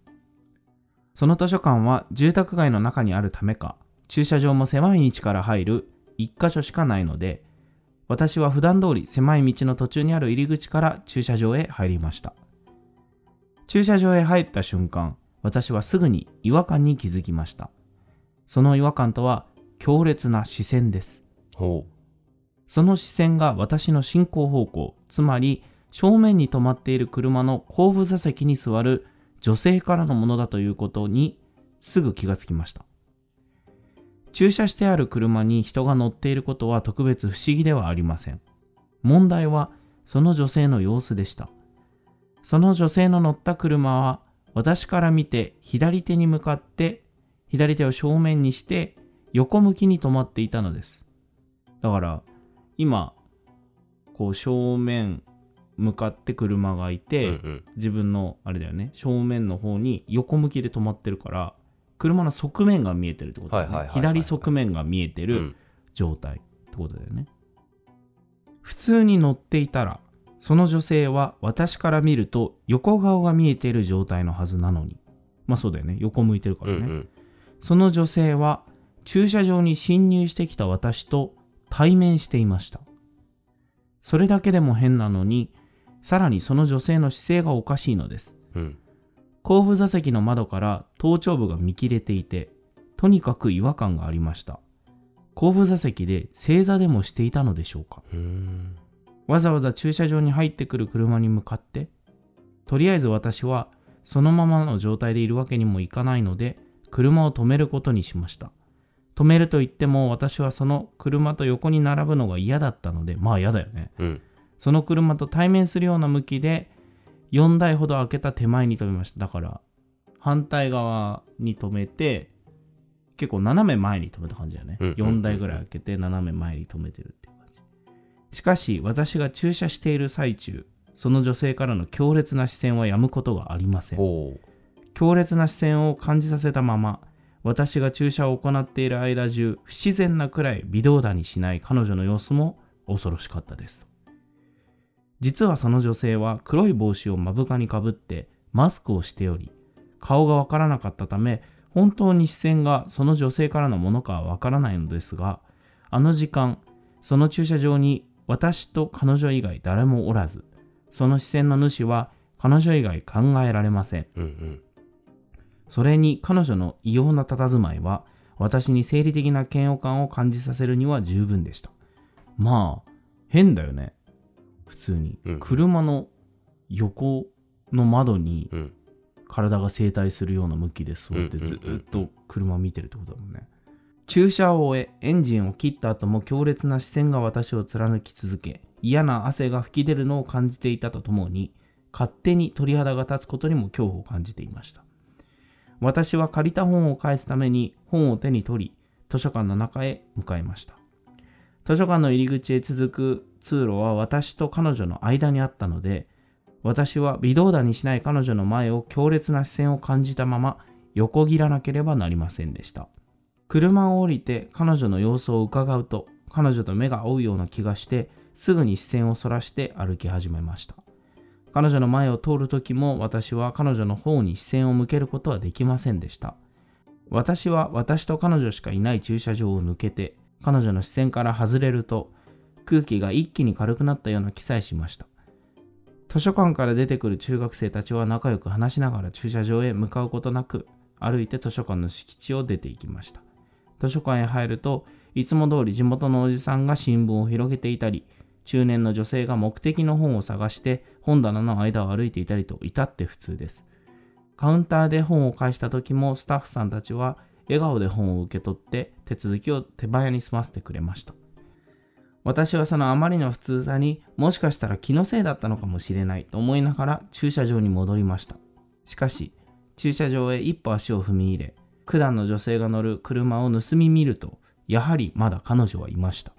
Speaker 4: その図書館は住宅街の中にあるためか駐車場も狭い位置から入る1箇所しかないので私は普段通り狭い道の途中にある入り口から駐車場へ入りました駐車場へ入った瞬間私はすぐに違和感に気づきましたその違和感とは強烈な視線です
Speaker 3: ほ。
Speaker 4: その視線が私の進行方向つまり正面に止まっている車の後部座席に座る女性からのものだということにすぐ気がつきました駐車してある車に人が乗っていることは特別不思議ではありません問題はその女性の様子でしたその女性の乗った車は私から見て左手に向かって左手を正面にして横向きに止まっていたのですだから今こう正面向かって車がいうて、
Speaker 3: うんうん。
Speaker 4: 自分のあれだよね正面の方に横向きで止まってるから車の側面が見えてるってことだよ
Speaker 3: はいはいは
Speaker 4: ね
Speaker 3: いはい
Speaker 4: 左側面が見えて
Speaker 3: う
Speaker 4: る
Speaker 3: ん
Speaker 4: 状態ってことだよね普通に乗っていたらその女性は私から見ると横顔が見えている状態のはずなのにまあそうだよね横向いてるか
Speaker 3: う
Speaker 4: らね、
Speaker 3: んうん。
Speaker 4: その女性は駐車場に侵入してきた私と対面していました。それだけでも変なのに、さらにその女性の姿勢がおかしいのです。
Speaker 3: うん。
Speaker 4: 後部座席の窓から頭頂部が見切れていて、とにかく違和感がありました。後部座席で正座でもしていたのでしょうか
Speaker 3: うーん。
Speaker 4: わざわざ駐車場に入ってくる車に向かってとりあえず私はそのままの状態でいるわけにもいかないので車を止めることにしました止めると言っても私はその車と横に並ぶのが嫌だったのでまあ嫌だよね
Speaker 3: うん。
Speaker 4: その車と対面するような向きで4台ほど開けた手前に止めましただから反対側に止めて結構斜め前に止めた感じだよね。
Speaker 3: うんうんうんうん
Speaker 4: 4台ぐらい開けて斜め前に止めてるっていう感じ。しかし、私が駐車している最中、その女性からの強烈な視線はやむことがありません。
Speaker 3: ほう。
Speaker 4: 強烈な視線を感じさせたまま、私が駐車を行っている間中、不自然なくらい微動だにしない彼女の様子も恐ろしかったです。実はその女性は黒い帽子を目深にかぶってマスクをしており、顔がわからなかったため、本当に視線がその女性からのものかはわからないのですが、あの時間、その駐車場に私と彼女以外誰もおらず、その視線の主は彼女以外考えられません。
Speaker 3: うんうん。
Speaker 4: それに彼女の異様な佇まいは私に生理的な嫌悪感を感じさせるには十分でした。まあ変だよね。普通に、
Speaker 3: うん
Speaker 4: 車の横の窓に
Speaker 3: うん
Speaker 4: 体が正対するような向きで座って
Speaker 3: うんうんうん
Speaker 4: ずっと車を見てるってことだもんね。駐車を終えエンジンを切った後も強烈な視線が私を貫き続け嫌な汗が吹き出るのを感じていたとともに勝手に鳥肌が立つことにも恐怖を感じていました私は借りた本を返すために本を手に取り図書館の中へ向かいました図書館の入り口へ続く通路は私と彼女の間にあったので私は微動だにしない彼女の前を強烈な視線を感じたまま横切らなければなりませんでした車を降りて彼女の様子を伺うと彼女と目が合うような気がしてすぐに視線をそらして歩き始めました彼女の前を通る時も私は彼女の方に視線を向けることはできませんでした私は私と彼女しかいない駐車場を抜けて彼女の視線から外れると空気が一気に軽くなったような気さえしました図書館から出てくる中学生たちは仲良く話しながら駐車場へ向かうことなく歩いて図書館の敷地を出ていきました図書館へ入るといつも通り地元のおじさんが新聞を広げていたり中年の女性が目的の本を探して本棚の間を歩いていたりと至って普通ですカウンターで本を返した時もスタッフさんたちは笑顔で本を受け取って手続きを手早に済ませてくれました私はそのあまりの普通さにもしかしたら気のせいだったのかもしれないと思いながら駐車場に戻りましたしかし駐車場へ一歩足を踏み入れ九段の女性が乗る車を盗み見るとやはりまだ彼女はいました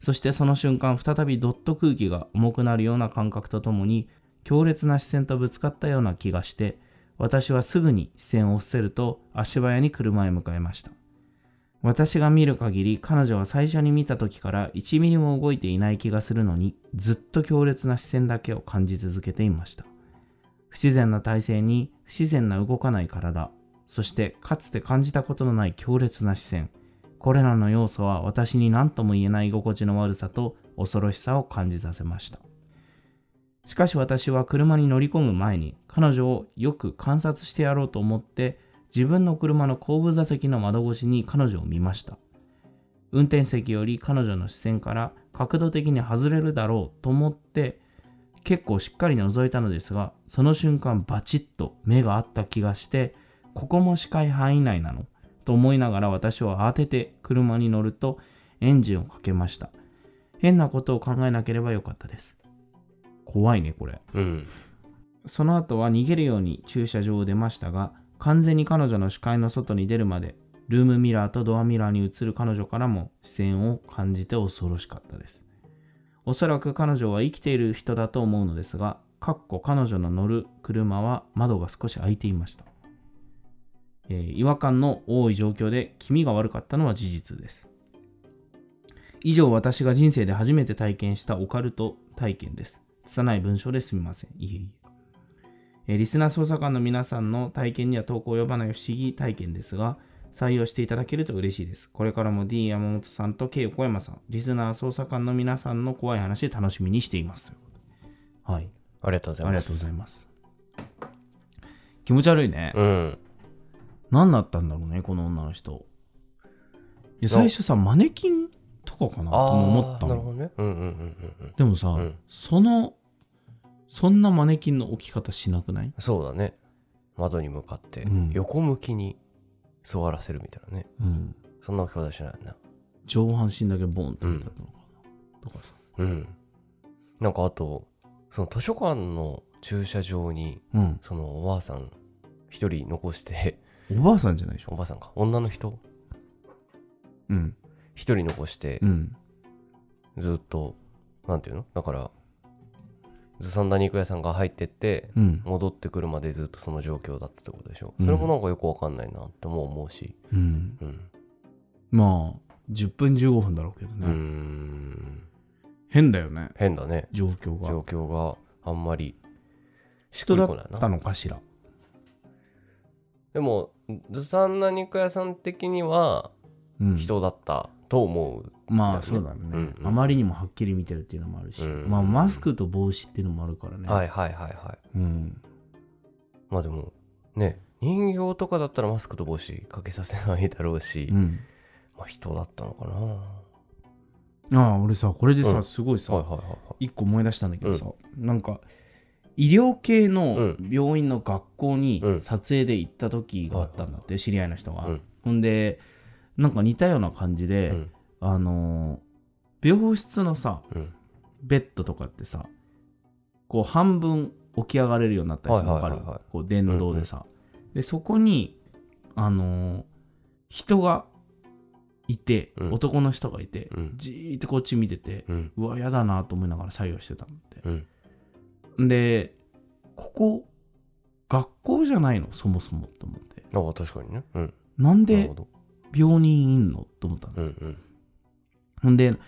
Speaker 4: そしてその瞬間再びどっと空気が重くなるような感覚とともに強烈な視線とぶつかったような気がして私はすぐに視線を伏せると足早に車へ向かいました私が見る限り彼女は最初に見た時から1ミリも動いていない気がするのにずっと強烈な視線だけを感じ続けていました不自然な体勢に不自然な動かない体そしてかつて感じたことのない強烈な視線これらの要素は私に何とも言えない居心地の悪さと恐ろしさを感じさせましたしかし私は車に乗り込む前に彼女をよく観察してやろうと思って自分の車の後部座席の窓越しに彼女を見ました運転席より彼女の視線から角度的に外れるだろうと思って結構しっかり覗いたのですがその瞬間バチッと目が合った気がしてここも視界範囲内なのと思いながら私を慌てて車に乗るとエンジンをかけました変なことを考えなければよかったです怖いねこれ
Speaker 3: うん。
Speaker 4: その後は逃げるように駐車場を出ましたが完全に彼女の視界の外に出るまでルームミラーとドアミラーに映る彼女からも視線を感じて恐ろしかったですおそらく彼女は生きている人だと思うのですがかっこ彼女の乗る車は窓が少し開いていました、えー違和感の多い状況で気味が悪かったのは事実です以上私が人生で初めて体験したオカルト体験です拙い文章ですみませんいえいええーリスナー捜査官の皆さんの体験には投稿を呼ばない不思議体験ですが、採用していただけると嬉しいです。これからも D 山本さんと K 横山さん、リスナー捜査官の皆さんの怖い話楽しみにしています。ということではい。
Speaker 3: ありがとうござい
Speaker 4: あり
Speaker 3: ま
Speaker 4: がとうご
Speaker 3: す。
Speaker 4: ざいます。気持ち悪いね。
Speaker 3: うん。
Speaker 4: 何だったんだろうね、この女の人。いや最初さ、マネキンとかかなと
Speaker 3: ああ
Speaker 4: も思った
Speaker 3: ー、なるほど
Speaker 4: の。
Speaker 3: ね。うんうんうんうんうん。
Speaker 4: でもさ、
Speaker 3: うん
Speaker 4: その、そんなマネキンの置き方しなくない
Speaker 3: そうだね。窓に向かって
Speaker 4: うん、
Speaker 3: 横向きに座らせるみたいなね。
Speaker 4: うん。
Speaker 3: そんな表題しないよな。
Speaker 4: 上半身だけボンって置いてあったのかな、とかさ。
Speaker 3: うん。なんかあと、その図書館の駐車場に、
Speaker 4: うん。
Speaker 3: そのおばあさん一人残して
Speaker 4: おばあさんじゃないでし
Speaker 3: お
Speaker 4: ょ。
Speaker 3: ばさんか女の人
Speaker 4: うん。
Speaker 3: 一人残して
Speaker 4: うん。
Speaker 3: ずっとなんていうのだからずさんだ肉屋さんが入ってって
Speaker 4: うん。
Speaker 3: 戻ってくるまでずっとその状況だったってことでしょ
Speaker 4: うん
Speaker 3: それもなんかよくわかんないなっても思うし
Speaker 4: うん。
Speaker 3: うん
Speaker 4: まあ、10分15分だろうけど
Speaker 3: う
Speaker 4: ね。
Speaker 3: ーん
Speaker 4: 変だよね、
Speaker 3: 変だね
Speaker 4: 状況
Speaker 3: 状
Speaker 4: が。
Speaker 3: 況があんまり
Speaker 4: 人
Speaker 3: し
Speaker 4: だ
Speaker 3: っくりこない
Speaker 4: った
Speaker 3: な
Speaker 4: のかしら。
Speaker 3: でもずさんな肉屋さん的には
Speaker 4: うん、
Speaker 3: 人だったと思う
Speaker 4: まあそうだね、
Speaker 3: うんうん
Speaker 4: あまりにもはっきり見てるっていうのもあるし、
Speaker 3: うん
Speaker 4: まあマスクと帽子っていうのもあるからね、
Speaker 3: はいはいはいはい
Speaker 4: うん、
Speaker 3: まあでもね人形とかだったらマスクと帽子かけさせないだろうし、
Speaker 4: うん、
Speaker 3: まあ人だったのかなは
Speaker 4: ああ俺さこれでさ、
Speaker 3: うん
Speaker 4: すごい
Speaker 3: い
Speaker 4: さ、
Speaker 3: はいはいはい
Speaker 4: 一個思い出したんだけどさ、なんか医療系の
Speaker 3: う
Speaker 4: 病院の学校に
Speaker 3: うん
Speaker 4: 撮影で行った時があったんだって、知り合いの人が、
Speaker 3: うん
Speaker 4: ほんでなんか似たような感じで、
Speaker 3: うん
Speaker 4: あのー病室のさ
Speaker 3: うん
Speaker 4: ベッドとかってさこう半分起き上がれるようになったりするの
Speaker 3: はい
Speaker 4: 分か
Speaker 3: はいはい
Speaker 4: る
Speaker 3: はい
Speaker 4: こう電動でさ、でそこにあのー人がいて、
Speaker 3: うん
Speaker 4: 男の人がいて、
Speaker 3: うん
Speaker 4: じーってこっち見てて、
Speaker 3: うん
Speaker 4: うわ、やだなと思いながら作業してたん
Speaker 3: う
Speaker 4: で。
Speaker 3: ん
Speaker 4: で、ここ、学校じゃないの、そもそもと思って。
Speaker 3: ああ確かにねうん
Speaker 4: なん
Speaker 3: なる
Speaker 4: で
Speaker 3: ほど
Speaker 4: 病人いんのと思った
Speaker 3: う
Speaker 4: の。
Speaker 3: ん
Speaker 4: ほんで、なん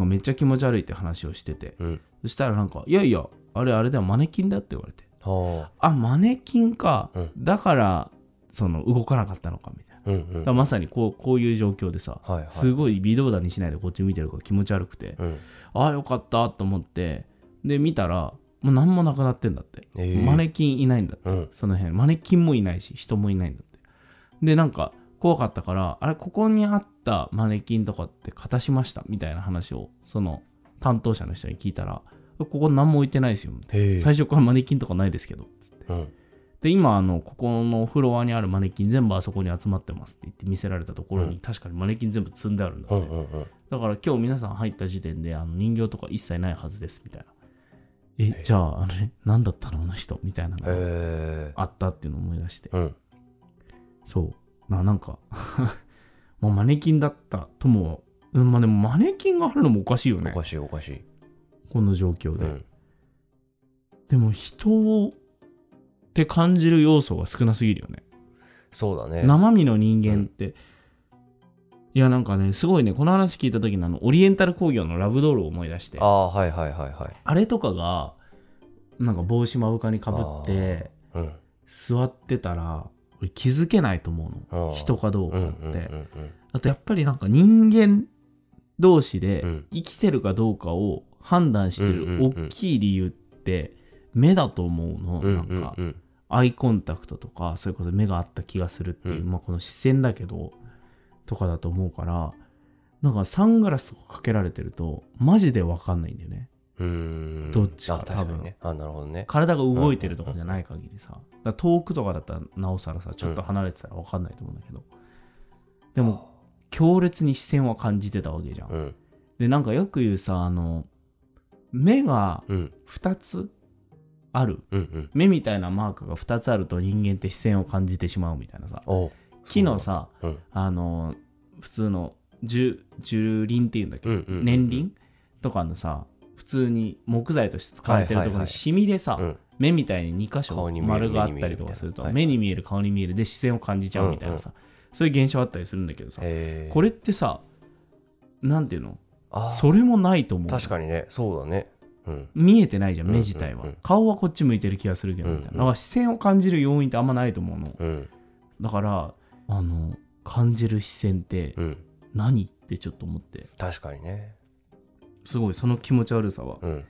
Speaker 4: かめっちゃ気持ち悪いって話をしてて、
Speaker 3: うんうん
Speaker 4: そしたらなんか、いやいや、あれあれだよ、マネキンだよって言われて。
Speaker 3: は
Speaker 4: あ、マネキンか
Speaker 3: うん。
Speaker 4: だから、その、動かなかったのか、みたいな。
Speaker 3: あうんうん
Speaker 4: だからまさにこう、こういう状況でさ、
Speaker 3: はいはい
Speaker 4: すごい微動だにしないでこっち見てるから気持ち悪くて、
Speaker 3: うん
Speaker 4: ああ、よかったと思って、で、見たら、もう何もなくなってんだって。
Speaker 3: えー
Speaker 4: マネキンいないんだって、
Speaker 3: うん
Speaker 4: その辺マネキンもいないし人もいないんだってでなんか怖かったからあれここにあったマネキンとかって片しましたみたいな話をその担当者の人に聞いたらここ何も置いてないですよ
Speaker 3: へえ
Speaker 4: 最初からマネキンとかないですけど
Speaker 3: うん
Speaker 4: で今あのここのフロアにあるマネキン全部あそこに集まってますって言って見せられたところに、
Speaker 3: うん
Speaker 4: 確かにマネキン全部積んであるんだって、
Speaker 3: うんうんうん
Speaker 4: だから今日皆さん入った時点であの人形とか一切ないはずですみたいな
Speaker 3: え
Speaker 4: えじゃああれ何だったのあの人みたいなのが
Speaker 3: えー
Speaker 4: あったっていうのを思い出して、
Speaker 3: うん
Speaker 4: そうななんか まあマネキンだったとも、うんまあ、でもマネキンがあるのもおかしいよね
Speaker 3: おかしいおかしい
Speaker 4: この状況
Speaker 3: う
Speaker 4: で、
Speaker 3: ん
Speaker 4: でも人をって感じる要素が少なすぎるよね
Speaker 3: そうだね
Speaker 4: 生身の人間って、いやなんかねすごいねこの話聞いた時のあのオリエンタル工業のラブドールを思い出して
Speaker 3: ああはいはいはいはい
Speaker 4: あれとかがなんか帽子目深にかぶって
Speaker 3: うん
Speaker 4: 座ってたら俺気づけないと思う
Speaker 3: あー
Speaker 4: の人かどう
Speaker 3: う
Speaker 4: か
Speaker 3: ん
Speaker 4: っ
Speaker 3: うん
Speaker 4: て、
Speaker 3: うんうん
Speaker 4: あとやっぱりなんか人間同士で
Speaker 3: うん
Speaker 4: 生きてるかどうかを判断して
Speaker 3: うん
Speaker 4: る
Speaker 3: うんうん
Speaker 4: 大きい理由って目だと思うの、
Speaker 3: うん
Speaker 4: なんか
Speaker 3: うん
Speaker 4: アイコンタクトとかそういうことで目があった気がするっていう、
Speaker 3: うん
Speaker 4: まあこの視線だけどとかだと思うからなんかサングラスとかかけられてるとマジで分かんないんだよね
Speaker 3: うんうん
Speaker 4: どっちか
Speaker 3: あ確にねあなるほどね
Speaker 4: 体が動いてるとかじゃない限りさだから遠くとかだったらなおさらさちょっと離れてたら分かんないと思うんだけど、でも強烈に視線は感じてたわけじゃん
Speaker 3: うん
Speaker 4: でなんかよく言うさあの目が
Speaker 3: うん
Speaker 4: 2つある
Speaker 3: うんうん
Speaker 4: 目みたいなマークが2つあると人間って視線を感じてしまうみたいなさ
Speaker 3: おう
Speaker 4: 木のさ
Speaker 3: そうなんだ
Speaker 4: あの普通の樹樹林っていうんだっけ
Speaker 3: うんうんうんうん
Speaker 4: 年輪とかのさ普通に木材として使われてるとこ
Speaker 3: はいはいは
Speaker 4: ろ
Speaker 3: い
Speaker 4: のシミでさ、
Speaker 3: うん
Speaker 4: 目みたいに2箇
Speaker 3: 顔
Speaker 4: 所
Speaker 3: に見える
Speaker 4: 丸があったりとかすると
Speaker 3: 目
Speaker 4: 目
Speaker 3: に
Speaker 4: に見える顔に見えるで視線を感じちゃうみたいなさ、そういう現象あったりするんだけどさ
Speaker 3: へえ
Speaker 4: これってさなんていうの
Speaker 3: あー
Speaker 4: それもないと思う
Speaker 3: 確かにねそうだねうん
Speaker 4: 見えてないじゃん
Speaker 3: うんうん
Speaker 4: 目
Speaker 3: うん
Speaker 4: 自体は、顔はこっち向いてる気がするけどみたいな,、
Speaker 3: うんうん
Speaker 4: だから視線を感じる要因ってあんまないと思うの
Speaker 3: うん
Speaker 4: だからあの感じる視線って
Speaker 3: うん
Speaker 4: 何ってちょっと思って
Speaker 3: 確かにね
Speaker 4: すごいその気持ち悪さは
Speaker 3: うん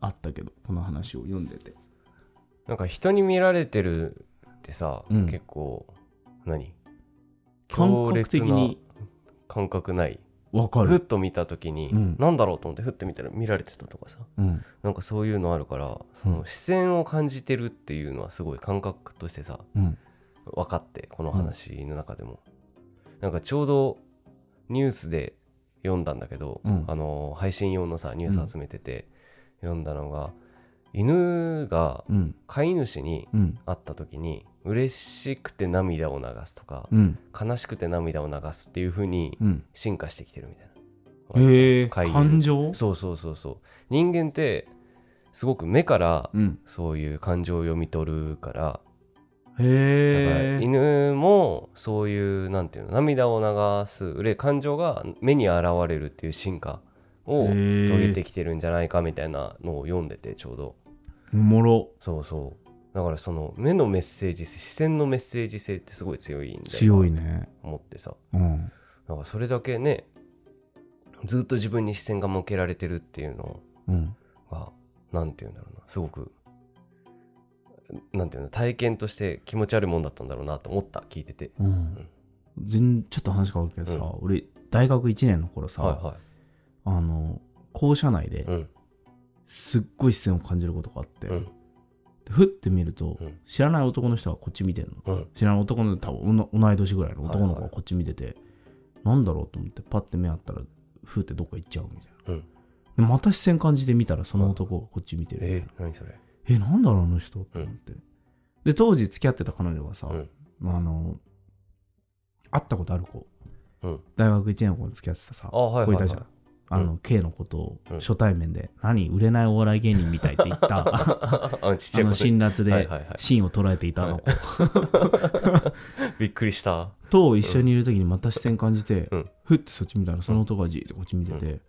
Speaker 4: あったけどこの話を読んでて
Speaker 3: なんか人に見られてるってさ
Speaker 4: うん
Speaker 3: 結構何
Speaker 4: 感
Speaker 3: 強
Speaker 4: 覚
Speaker 3: 烈
Speaker 4: 的
Speaker 3: な
Speaker 4: に
Speaker 3: 感覚ない
Speaker 4: わか
Speaker 3: ふっ
Speaker 4: る、
Speaker 3: と見た時に
Speaker 4: うん
Speaker 3: なんだろうと思ってふっと見たら見られてたとかさ
Speaker 4: うん
Speaker 3: なんかそういうのあるからその視線を感じてるっていうのはすごい感覚としてさ
Speaker 4: うん、
Speaker 3: 分かってこの話の中でも、なんかちょうどニュースで読んだんだけど、
Speaker 4: うん
Speaker 3: あの配信用のさニュース集めてて、読んだのが犬が
Speaker 4: うん
Speaker 3: 飼い主に
Speaker 4: うん
Speaker 3: 会った時に嬉しくて涙を流すとか、
Speaker 4: うん
Speaker 3: 悲しくて涙を流すっていう風に
Speaker 4: うん
Speaker 3: 進化してきてるみたいな。
Speaker 4: へえ
Speaker 3: 飼い犬
Speaker 4: 感情
Speaker 3: そうそうそうそう。人間ってすごく目から
Speaker 4: うん
Speaker 3: そういう感情を読み取るから、だから
Speaker 4: へえ
Speaker 3: 犬もそういうなんていうの涙を流す憂い感情が目に現れるっていう進化を
Speaker 4: へー
Speaker 3: 遂げてきてるんじゃないかみたいなのを読んでてちょうど
Speaker 4: おもろ
Speaker 3: そうそうだからその目のメッセージ性視線のメッセージ性ってすごい強いんだよ
Speaker 4: 強いね
Speaker 3: 思ってさ
Speaker 4: うん
Speaker 3: なんかそれだけねずっと自分に視線が向けられてるっていうの
Speaker 4: うん
Speaker 3: がなんていうんだろうなすごくなんていうの体験として気持ち悪いもんだったんだろうなと思った聞いてて
Speaker 4: うん全ちょっと話変わるけどさ、俺大学1年の頃さ、
Speaker 3: は
Speaker 4: あの校舎内で
Speaker 3: いはいうん
Speaker 4: すっごい視線を感じることがあって、
Speaker 3: うん
Speaker 4: でふって見ると、
Speaker 3: うん
Speaker 4: 知らない男の人がこっち見てるの、
Speaker 3: うん
Speaker 4: 知らない男の多分おな同い年ぐらいの男の
Speaker 3: はい
Speaker 4: 子
Speaker 3: は
Speaker 4: が
Speaker 3: い
Speaker 4: こっち見てて、なんだろうと思ってパッて目あったらふってどっか行っちゃうみたいな、
Speaker 3: うん
Speaker 4: でまた視線感じて見たらその男がこっち見てるみたいな
Speaker 3: えー、何それ
Speaker 4: え、なんだろう、あの人って思って。で、当時付き合ってた彼女がさ、
Speaker 3: うん
Speaker 4: あの、会ったことある子、
Speaker 3: うん
Speaker 4: 大学1年の子に付き合ってたさ、
Speaker 3: あはいはいい
Speaker 4: 子
Speaker 3: は
Speaker 4: た
Speaker 3: い
Speaker 4: じゃん。あの、K のことを
Speaker 3: うん
Speaker 4: 初対面で、何、売れないお笑い芸人みたいって言った、あ
Speaker 3: あちっちゃい子ね
Speaker 4: の、辛辣
Speaker 3: はい
Speaker 4: で
Speaker 3: はいはい、
Speaker 4: シーンを捉えていたの子
Speaker 3: びっくりした
Speaker 4: と一緒にいる時にまた視線感じて
Speaker 3: うん、
Speaker 4: ふってそっち見たら、その男がじーってこっち見てて、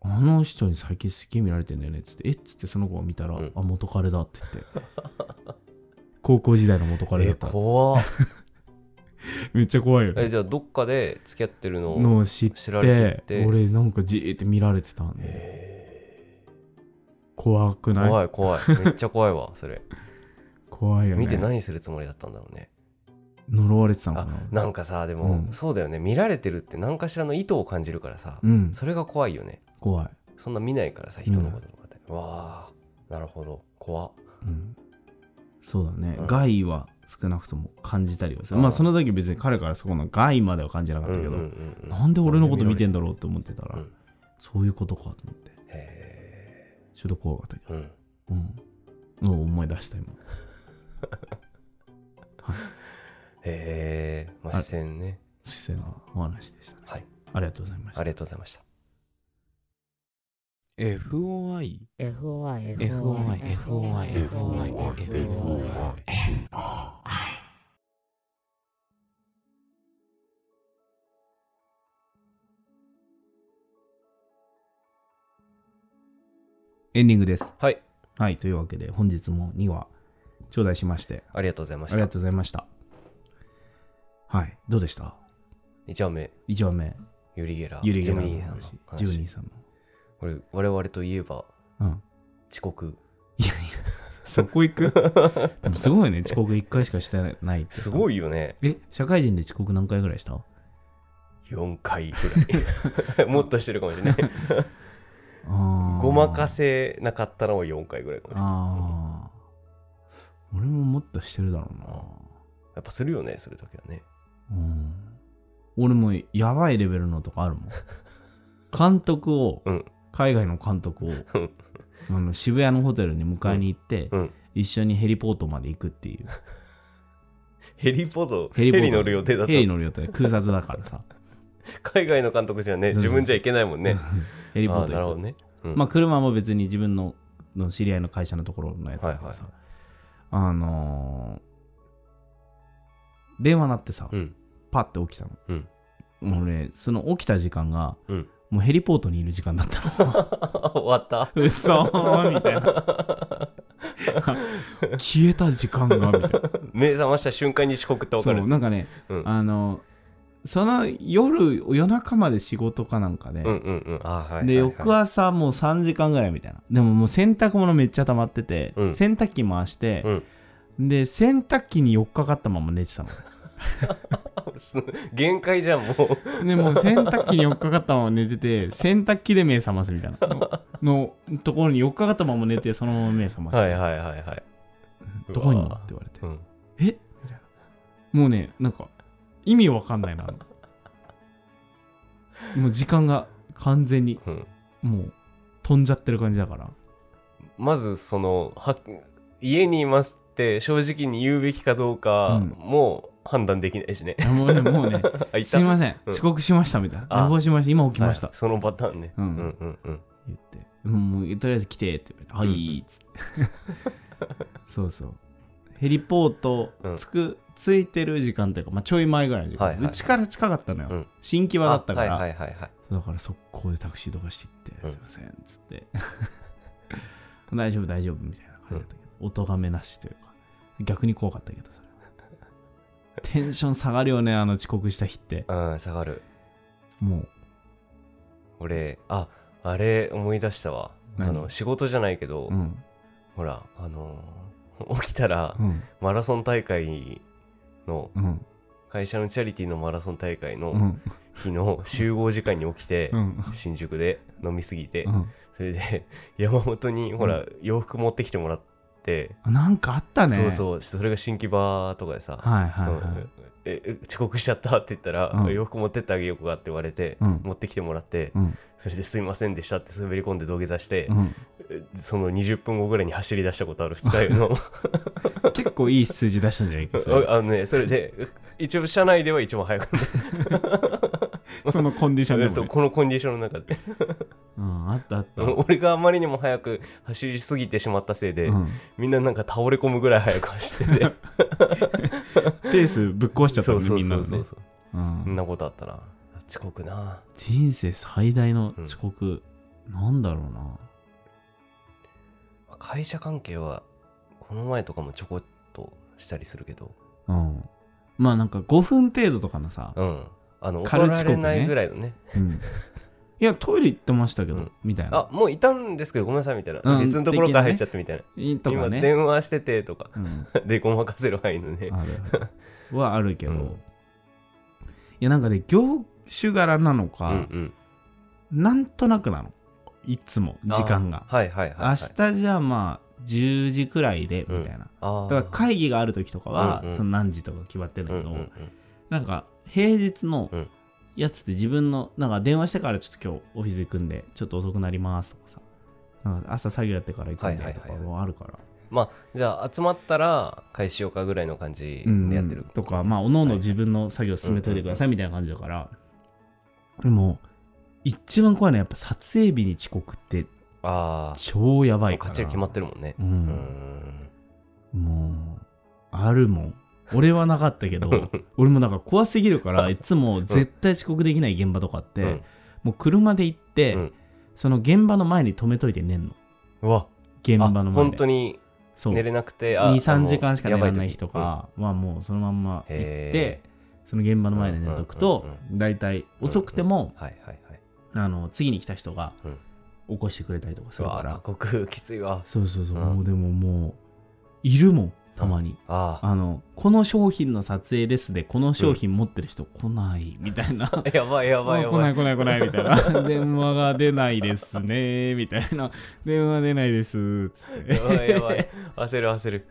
Speaker 4: あの人に最近すげえ見られてんだよねっつって、えっつってその子が見たら、
Speaker 3: うん
Speaker 4: あ、元彼だって言って。高校時代の元彼だ
Speaker 3: え
Speaker 4: ったの。
Speaker 3: 怖っ
Speaker 4: めっちゃ怖いよ
Speaker 3: え
Speaker 4: ね。
Speaker 3: じゃあどっかで付き合ってるの
Speaker 4: のを知っ
Speaker 3: 知られて
Speaker 4: て
Speaker 3: て
Speaker 4: 俺なんかじーって見られてたんで、
Speaker 3: え
Speaker 4: 怖く
Speaker 3: ー
Speaker 4: ない怖い
Speaker 3: 怖い怖いめっちゃ怖いわ それ
Speaker 4: よね。
Speaker 3: 見て何するつもりだったんだろうね
Speaker 4: 呪われてたのか
Speaker 3: あ
Speaker 4: な
Speaker 3: なんかさでも、
Speaker 4: うん
Speaker 3: そうだよね見られてるって何かしらの意図を感じるからさ、
Speaker 4: うん、
Speaker 3: それが怖いよね
Speaker 4: 怖い、
Speaker 3: そんな見ないからさ人のこととかで、わあなるほど怖っ
Speaker 4: うん。そうだね、
Speaker 3: うん
Speaker 4: 害は少なくとも感じたりはさ、
Speaker 3: うん
Speaker 4: まあその時別に彼からそこの害までは感じなかったけど、なんで俺のこと見てんだろうって思ってたら、
Speaker 3: うん
Speaker 4: そういうことかと思って、
Speaker 3: うへ
Speaker 4: ちょっと怖かったけ
Speaker 3: えうん
Speaker 4: ど、うん。のを思い出した今。
Speaker 3: へえまあ
Speaker 4: あ
Speaker 3: 視線ね
Speaker 4: 視線のお話でしたね。
Speaker 3: はい
Speaker 4: ありがとうございました
Speaker 3: あ。りがとうございました
Speaker 1: FOI
Speaker 2: E FOI
Speaker 1: FOI
Speaker 2: FOI e
Speaker 1: FOI FOI FOI
Speaker 4: エンディングです。
Speaker 3: はい
Speaker 4: はい、というわけで本日も2話頂戴しまして
Speaker 3: ありがとうございま
Speaker 4: あ
Speaker 3: し
Speaker 4: りが
Speaker 3: た
Speaker 4: とうございました。はい、どうでした
Speaker 3: 一話目
Speaker 4: ?1 話目、
Speaker 3: ユリゲラ
Speaker 4: ゆりげ
Speaker 3: ジ
Speaker 4: ら
Speaker 3: ム
Speaker 4: の
Speaker 3: ニーさんの
Speaker 4: 話、
Speaker 3: 話
Speaker 4: ジムニーさんの。
Speaker 3: これ我々といえば
Speaker 4: うん、
Speaker 3: 遅刻
Speaker 4: そこ行くでもすごいね、遅刻1回しかしてないってさ
Speaker 3: すごいよね
Speaker 4: え、社会人で遅刻何回ぐらいした
Speaker 3: 4回ぐ らいもっとしてるかもしれないご
Speaker 4: ご
Speaker 3: まかせなかったのは4回ぐらいかもしれない
Speaker 4: ああ。俺ももっとしてるだろ
Speaker 3: やっぱするよねするときはね
Speaker 4: うな。うん。俺もやばいレベルのとかある もん。監督を、
Speaker 3: うん
Speaker 4: 海外の監督を、
Speaker 3: ん
Speaker 4: あの渋谷のホテルに迎えに行って、
Speaker 3: うん
Speaker 4: 一緒にヘリポートまで行くっていう。
Speaker 3: ヘリポートヘ
Speaker 4: ヘ
Speaker 3: リ
Speaker 4: リポート
Speaker 3: 乗る予定だった
Speaker 4: ヘリ乗る予定、空撮だからさ。
Speaker 3: 海外の監督じゃね
Speaker 4: そうそう
Speaker 3: 自分じゃいけないもんね
Speaker 4: ヘリポー
Speaker 3: あ
Speaker 4: ト
Speaker 3: なるほ
Speaker 4: 行
Speaker 3: ど
Speaker 4: く。
Speaker 3: ね うん
Speaker 4: まあ、車も別に自分のの知り合いの会社のところのやつだからさ。あのー電話鳴ってさ、
Speaker 3: うん
Speaker 4: パッて起きたの、
Speaker 3: うん
Speaker 4: もうねその起きた時間が、
Speaker 3: うん
Speaker 4: もうヘリポートにいる時間 だったの
Speaker 3: 終わった
Speaker 4: 嘘みたいな 消えた時間 がみたいな
Speaker 3: 目覚ました瞬間に遅刻って分
Speaker 4: そ
Speaker 3: かる
Speaker 4: うなんかね、
Speaker 3: うん
Speaker 4: あのその夜夜中まで仕事かなんか
Speaker 3: う
Speaker 4: で、
Speaker 3: んうんうんあはいはいはい
Speaker 4: で翌朝もう3時間ぐらいみたいなでももう洗濯物めっちゃ溜まってて、
Speaker 3: うん
Speaker 4: 洗濯機回して、
Speaker 3: うん
Speaker 4: で洗濯機に寄っかかったまま寝てたの
Speaker 3: す限界じゃんもう
Speaker 4: でもう洗濯機に寄っかかったまま寝てて洗濯機で目覚ますみたいなののところに寄っかかったまま寝てそのまま目覚まして
Speaker 3: はいはいはいはい
Speaker 4: うんどこにいんのって言われて
Speaker 3: うん
Speaker 4: えみたいなもうねなんか意味わかんないなもう時間が完全に
Speaker 3: うん
Speaker 4: もう飛んじゃってる感じだから
Speaker 3: まずそのは家にいますって正直に言うべきかどうか
Speaker 4: うん
Speaker 3: も判断できないしね、
Speaker 4: もうね、もうね、
Speaker 3: あいた
Speaker 4: すいません、
Speaker 3: うん
Speaker 4: 遅刻しましたみたいな。
Speaker 3: あ
Speaker 4: 寝坊しました、今起きました。
Speaker 3: はいそのパターンね、
Speaker 4: うん
Speaker 3: うんうんうん
Speaker 4: 言って、もうとりあえず来てって言われて、はい、つって。そうそう。ヘリポート
Speaker 3: うん
Speaker 4: つく、ついてる時間というか、まあ、ちょい前ぐらいの時間、
Speaker 3: はいはいう
Speaker 4: ちから近かったのよ。
Speaker 3: うん
Speaker 4: 新規はだったから、
Speaker 3: あはいはいはいはい
Speaker 4: だから速攻でタクシー飛ばしていって、
Speaker 3: うん
Speaker 4: すいません、つって。 大丈夫、大丈夫、みたいな感じだったけど、お咎めなしというか、逆に怖かったけど、それは。テンション下がるよね、あの遅刻した日って。
Speaker 3: うん下がる
Speaker 4: もう、
Speaker 3: 俺ああれ思い出したわあ
Speaker 4: 何
Speaker 3: の仕事じゃないけど、
Speaker 4: うん。
Speaker 3: ほらあのー起きたら
Speaker 4: うん。
Speaker 3: マラソン大会の
Speaker 4: うん。
Speaker 3: 会社のチャリティーのマラソン大会
Speaker 4: う
Speaker 3: の
Speaker 4: ん。
Speaker 3: 日の集合時間に起きて、
Speaker 4: うん。
Speaker 3: 新宿で飲みすぎて、
Speaker 4: うん
Speaker 3: それで山本にほら、
Speaker 4: う
Speaker 3: 洋服持ってきてもらって、
Speaker 4: なんかあったね。
Speaker 3: そう
Speaker 4: う。
Speaker 3: そうそれが新規バーとかでさ、
Speaker 4: はいはいは
Speaker 3: う
Speaker 4: い
Speaker 3: ん。ええ遅刻しちゃったって言ったら、
Speaker 4: うん
Speaker 3: 洋服持ってってあげようかって言われて、
Speaker 4: うん
Speaker 3: 持ってきてもらって、
Speaker 4: うん。
Speaker 3: それですいませんでしたって滑り込んで土下座して、
Speaker 4: うん、
Speaker 3: その20分後ぐらいに走り出したことある2日酔いの
Speaker 4: 結構いい数字出したんじゃない か、それ
Speaker 3: あのねそれで一応社内では一番早かっ
Speaker 4: そのコンディショ
Speaker 3: た
Speaker 4: ンで
Speaker 3: そう
Speaker 4: も、ね。
Speaker 3: このコンディションの中で
Speaker 4: うん、あったあった。
Speaker 3: 俺があまりにも早く走りすぎてしまったせいで、
Speaker 4: うん、
Speaker 3: みんななんか倒れ込むぐらい早く走 ってて
Speaker 4: ペースぶっ壊しちゃった
Speaker 3: そ
Speaker 4: も
Speaker 3: うん
Speaker 4: ね、
Speaker 3: そう
Speaker 4: みんな
Speaker 3: そ
Speaker 4: の
Speaker 3: うそ
Speaker 4: ね
Speaker 3: う、そ
Speaker 4: うん
Speaker 3: んなことあったな遅刻な
Speaker 4: 人生最大の遅刻、なんだろうな。
Speaker 3: 会社関係はこの前とかもちょこっとしたりするけど
Speaker 4: うん。まあなんか5分程度とかのさ、
Speaker 3: うんあの怒
Speaker 4: 軽
Speaker 3: ら
Speaker 4: 遅刻ね
Speaker 3: れないぐらいのね
Speaker 4: うん、いや、トイレ行ってましたけど、
Speaker 3: うん
Speaker 4: みたいな。
Speaker 3: あもういたんですけどごめんなさいみたいな、
Speaker 4: うん
Speaker 3: 別のところから入っちゃってみたいな、
Speaker 4: いいと
Speaker 3: 今
Speaker 4: かね。
Speaker 3: 電話しててとか
Speaker 4: うん、
Speaker 3: でごまかせる範囲のね
Speaker 4: あるあるはあるけど、
Speaker 3: うん
Speaker 4: いやなんかね業種柄なの
Speaker 3: う
Speaker 4: か、
Speaker 3: んうん
Speaker 4: なんとなくなのいつも時間が
Speaker 3: あはいはいはい、はい、
Speaker 4: 明日じゃあまあ10時くらいで
Speaker 3: うん
Speaker 4: みたいな、
Speaker 3: あー
Speaker 4: だから会議がある時とかは、
Speaker 3: うんうん
Speaker 4: その何時とか決まってるんだ
Speaker 3: うん
Speaker 4: け
Speaker 3: う
Speaker 4: ど、
Speaker 3: んうん
Speaker 4: なんか平日の
Speaker 3: うん
Speaker 4: やつって自分のなんか電話してからちょっと今日オフィス行くんでちょっと遅くなりますとかさなんか朝作業やってから行くん
Speaker 3: は
Speaker 4: で
Speaker 3: いはい
Speaker 4: と
Speaker 3: はい
Speaker 4: か
Speaker 3: はい
Speaker 4: もあるから、
Speaker 3: まあじゃあ集まったら会しようかぐらいの感じでやってる、
Speaker 4: うんとかまあおのおの自分の作業進めといてくださいみたいな感じだから、もう一番怖いのはやっぱ撮影日に遅刻って
Speaker 3: ああ
Speaker 4: 超やば
Speaker 3: もう
Speaker 4: いから
Speaker 3: 勝ちが決まってるもんね
Speaker 4: う、
Speaker 3: うんん
Speaker 4: もうあるもん俺はなかった けど俺もなんか怖すぎるからいつも絶対遅刻できない現場とかって、
Speaker 3: うん
Speaker 4: もう車で行って、
Speaker 3: うん
Speaker 4: その現場の前に止めといて寝んの
Speaker 3: うわ
Speaker 4: 現
Speaker 3: あ
Speaker 4: 場の前で
Speaker 3: 本当に
Speaker 4: そう
Speaker 3: 寝れなくてあ
Speaker 4: 23時間しか寝ら
Speaker 3: あのや
Speaker 4: な
Speaker 3: ば
Speaker 4: い
Speaker 3: 時
Speaker 4: 日とかはもうそのまんま行っ
Speaker 3: へ
Speaker 4: てその現場の前で寝とくと
Speaker 3: うんうん
Speaker 4: 大体遅くても
Speaker 3: うんはいはいはい
Speaker 4: あの次に来た人が
Speaker 3: うん
Speaker 4: 起こしてくれたりとかす
Speaker 3: う
Speaker 4: る
Speaker 3: わ
Speaker 4: から
Speaker 3: 過酷きついわ
Speaker 4: そうそうそう
Speaker 3: うん
Speaker 4: もうでももういるもんたまに
Speaker 3: あ
Speaker 4: あのこの商品の撮影ですでこの商品持ってる人来ないみたいな
Speaker 3: あやばい やばい
Speaker 4: あ
Speaker 3: や
Speaker 4: 来
Speaker 3: ば
Speaker 4: ないい来ない来ないみたい な電話が出ないですねみたいな電話出ないですつって
Speaker 3: やばいやばい焦る焦る